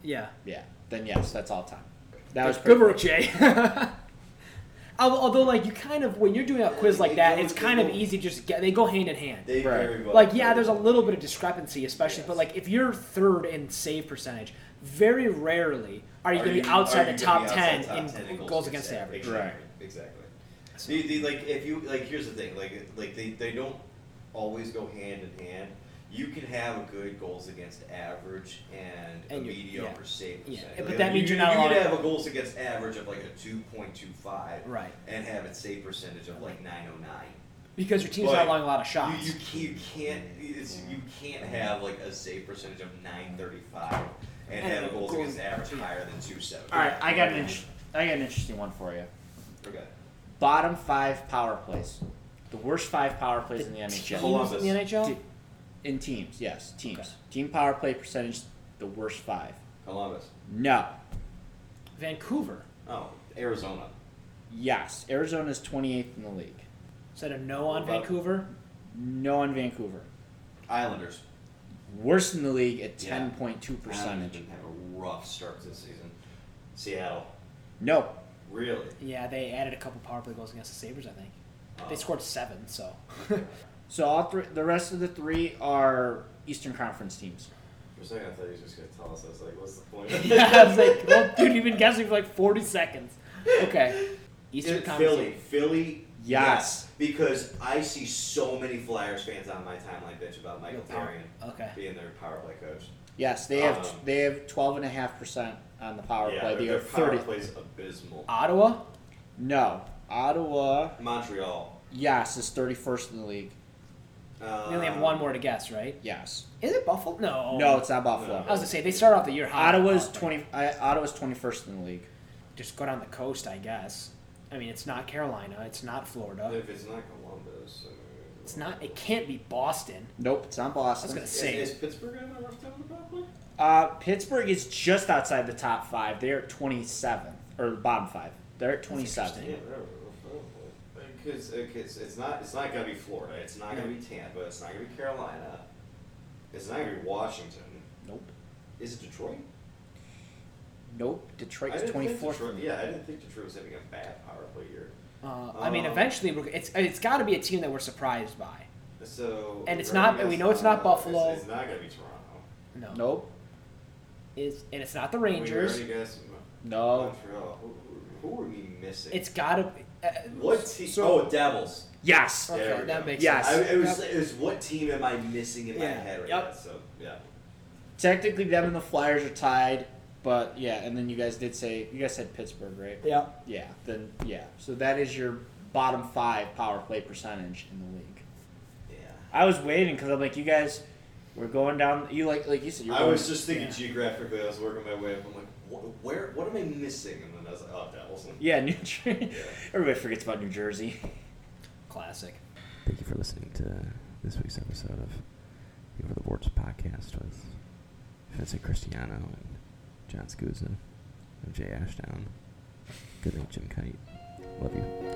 [SPEAKER 4] Yeah.
[SPEAKER 5] Yeah. Then yes, that's all time. That was
[SPEAKER 4] good
[SPEAKER 5] pretty
[SPEAKER 4] work, Jay. Al- Although, like you kind of when you're doing a quiz like
[SPEAKER 2] They
[SPEAKER 4] that,
[SPEAKER 2] go-
[SPEAKER 4] it's
[SPEAKER 2] they
[SPEAKER 4] kind of
[SPEAKER 2] go-
[SPEAKER 4] easy. to Just get they go hand in hand.
[SPEAKER 2] They
[SPEAKER 5] Right.
[SPEAKER 2] very well.
[SPEAKER 4] Like yeah, there's a little bit of discrepancy, especially. But
[SPEAKER 2] Yes.
[SPEAKER 4] like if you're third in save percentage, very rarely are you
[SPEAKER 2] Are
[SPEAKER 4] going
[SPEAKER 2] you-
[SPEAKER 4] to be outside
[SPEAKER 2] are you
[SPEAKER 4] the
[SPEAKER 2] gonna
[SPEAKER 4] top
[SPEAKER 2] be
[SPEAKER 4] ten
[SPEAKER 2] outside top 10
[SPEAKER 4] in goals against the average.
[SPEAKER 2] Exactly.
[SPEAKER 5] Right.
[SPEAKER 2] Exactly. The, the, like if you like, here's the thing. Like it- like they, they don't always go hand in hand. You can have a good goals against average and,
[SPEAKER 4] And
[SPEAKER 2] a
[SPEAKER 4] you-
[SPEAKER 2] mediocre
[SPEAKER 4] yeah.
[SPEAKER 2] save
[SPEAKER 4] Yeah,
[SPEAKER 2] percentage.
[SPEAKER 4] but
[SPEAKER 2] Like,
[SPEAKER 4] that means
[SPEAKER 2] you,
[SPEAKER 4] you're not
[SPEAKER 2] You
[SPEAKER 4] allowed-
[SPEAKER 2] could have a goals against average of like a two point two five,
[SPEAKER 4] Right.
[SPEAKER 2] and have a save percentage of like nine oh nine.
[SPEAKER 4] Because your team's not
[SPEAKER 2] Like,
[SPEAKER 4] allowing a lot of shots.
[SPEAKER 2] You, you, ca- you can't it's, you can't have like a save percentage of 935 and,
[SPEAKER 4] And
[SPEAKER 2] have a
[SPEAKER 4] the
[SPEAKER 2] goals
[SPEAKER 4] goal-
[SPEAKER 2] against average higher than 270.
[SPEAKER 5] All right, I got an inter- I got an interesting one for you.
[SPEAKER 2] Okay.
[SPEAKER 5] Bottom five power plays, the worst five power plays in the
[SPEAKER 4] Teams
[SPEAKER 5] NHL.
[SPEAKER 2] Columbus.
[SPEAKER 4] in the NHL.
[SPEAKER 5] Te- In teams, yes, teams.
[SPEAKER 4] Okay.
[SPEAKER 5] Team power play percentage, the worst five.
[SPEAKER 2] Columbus.
[SPEAKER 5] No.
[SPEAKER 4] Vancouver.
[SPEAKER 2] Oh, Arizona.
[SPEAKER 5] Yes, Arizona's 28th in the league.
[SPEAKER 4] Is that a no on
[SPEAKER 2] What about-
[SPEAKER 4] Vancouver?
[SPEAKER 5] No on Vancouver.
[SPEAKER 2] Islanders.
[SPEAKER 5] Worst in the league at
[SPEAKER 2] Yeah.
[SPEAKER 5] 10.2
[SPEAKER 2] Islanders
[SPEAKER 5] percentage.
[SPEAKER 2] didn't have a rough start to the season. Seattle.
[SPEAKER 5] No.
[SPEAKER 2] Really?
[SPEAKER 4] Yeah, they added a couple power play goals against the Sabres, I think. They
[SPEAKER 2] Oh.
[SPEAKER 4] scored seven, so.
[SPEAKER 5] So all three, the rest of the three are Eastern Conference teams.
[SPEAKER 2] For a second, I thought you were just going to tell us. I was like, what's the point?
[SPEAKER 4] yeah, I was like, well, dude, you've been guessing for like 40 seconds. Okay. Eastern
[SPEAKER 2] Philly.
[SPEAKER 4] Conference.
[SPEAKER 2] Philly
[SPEAKER 5] Yes.
[SPEAKER 2] Because I see so many Flyers fans on my timeline bitch about Michael
[SPEAKER 4] Your power-
[SPEAKER 2] Therrien
[SPEAKER 4] okay.
[SPEAKER 2] being their power play coach.
[SPEAKER 5] Yes, they have
[SPEAKER 2] Um,
[SPEAKER 5] they have twelve and a half percent on the power
[SPEAKER 2] yeah,
[SPEAKER 5] play. They
[SPEAKER 2] their,
[SPEAKER 5] are
[SPEAKER 2] their power
[SPEAKER 5] thirty.
[SPEAKER 2] play's abysmal.
[SPEAKER 4] Ottawa.
[SPEAKER 5] No, Ottawa.
[SPEAKER 2] Montreal.
[SPEAKER 5] Yes, is thirty first in the league.
[SPEAKER 2] Um,
[SPEAKER 4] They only have one more to guess, right?
[SPEAKER 5] Yes.
[SPEAKER 4] Is it Buffalo?
[SPEAKER 2] Oh,
[SPEAKER 4] No.
[SPEAKER 5] Uh. No, it's not Buffalo.
[SPEAKER 4] I was gonna say they start off the year high.
[SPEAKER 5] Ottawa's twenty. I, Ottawa's twenty first in the league.
[SPEAKER 4] Just go down the coast, I guess. I mean, it's not Carolina. It's not Florida.
[SPEAKER 2] Um, If it's not Columbus, uh,
[SPEAKER 4] It's not. It can't be Boston.
[SPEAKER 5] Nope, it's not
[SPEAKER 4] I was
[SPEAKER 5] Boston.
[SPEAKER 4] gonna
[SPEAKER 2] Is,
[SPEAKER 4] say.
[SPEAKER 2] is Pittsburgh having a rough time with the power play?
[SPEAKER 5] Uh, Pittsburgh is just outside the top five. They're at twenty seven or the bottom five. They're at twenty
[SPEAKER 2] Yeah,
[SPEAKER 5] seven.
[SPEAKER 2] whatever. Because it's, it's not it's not gonna be Florida. It's not gonna be Tampa. It's not gonna be Carolina. It's not gonna be Washington.
[SPEAKER 5] Nope.
[SPEAKER 2] Is it Detroit?
[SPEAKER 5] Nope.
[SPEAKER 2] I
[SPEAKER 5] Detroit's
[SPEAKER 2] didn't
[SPEAKER 5] twenty
[SPEAKER 2] think
[SPEAKER 5] fourth.
[SPEAKER 2] Detroit- Yeah, I didn't think Detroit was having a bad power play year.
[SPEAKER 4] Uh, I mean,
[SPEAKER 2] Um,
[SPEAKER 4] eventually, we're, it's it's got to be a team that we're surprised by.
[SPEAKER 2] So
[SPEAKER 4] And it's
[SPEAKER 2] we're
[SPEAKER 4] not-
[SPEAKER 2] gonna
[SPEAKER 4] and we
[SPEAKER 2] guess
[SPEAKER 4] know it's not
[SPEAKER 2] Toronto.
[SPEAKER 4] Buffalo.
[SPEAKER 2] It's, it's not gonna be Toronto.
[SPEAKER 4] No.
[SPEAKER 5] Nope.
[SPEAKER 4] Is and it's not the
[SPEAKER 2] We
[SPEAKER 4] Rangers.
[SPEAKER 2] already guessed
[SPEAKER 5] No.
[SPEAKER 2] Montreal. Who, who, who are we missing?
[SPEAKER 4] It's got to. Uh,
[SPEAKER 2] what team?
[SPEAKER 4] so-
[SPEAKER 2] oh, Devils.
[SPEAKER 5] Yes.
[SPEAKER 4] Okay,
[SPEAKER 2] There we
[SPEAKER 4] that
[SPEAKER 2] go.
[SPEAKER 4] makes
[SPEAKER 5] Yes.
[SPEAKER 2] I,
[SPEAKER 4] sense.
[SPEAKER 2] it was
[SPEAKER 4] Yep.
[SPEAKER 2] it was what team am I missing in my
[SPEAKER 4] Yeah.
[SPEAKER 2] head right
[SPEAKER 4] Yep.
[SPEAKER 2] now? So yeah.
[SPEAKER 5] Technically, them and the Flyers are tied, but yeah. And then you guys did say you guys said Pittsburgh, right?
[SPEAKER 4] Yeah.
[SPEAKER 5] Yeah. Then yeah. So that is your bottom five power play percentage in the league.
[SPEAKER 2] Yeah.
[SPEAKER 5] I was waiting because I'm like, you guys, we're going down. You like like you said. You're
[SPEAKER 2] I
[SPEAKER 5] going,
[SPEAKER 2] was just thinking
[SPEAKER 5] yeah.
[SPEAKER 2] geographically. I was working my way up. I'm like, "Wh- where? What am I missing? And then I was like, oh, Devils.
[SPEAKER 5] Yeah, New Jersey. Everybody forgets about New Jersey.
[SPEAKER 4] Classic.
[SPEAKER 7] Thank you for listening to this week's episode of the Over the Boards podcast with Vincent Cristiano and John Scusa. I'm Jay Ashdown. Good night, Jim Kite. Love you.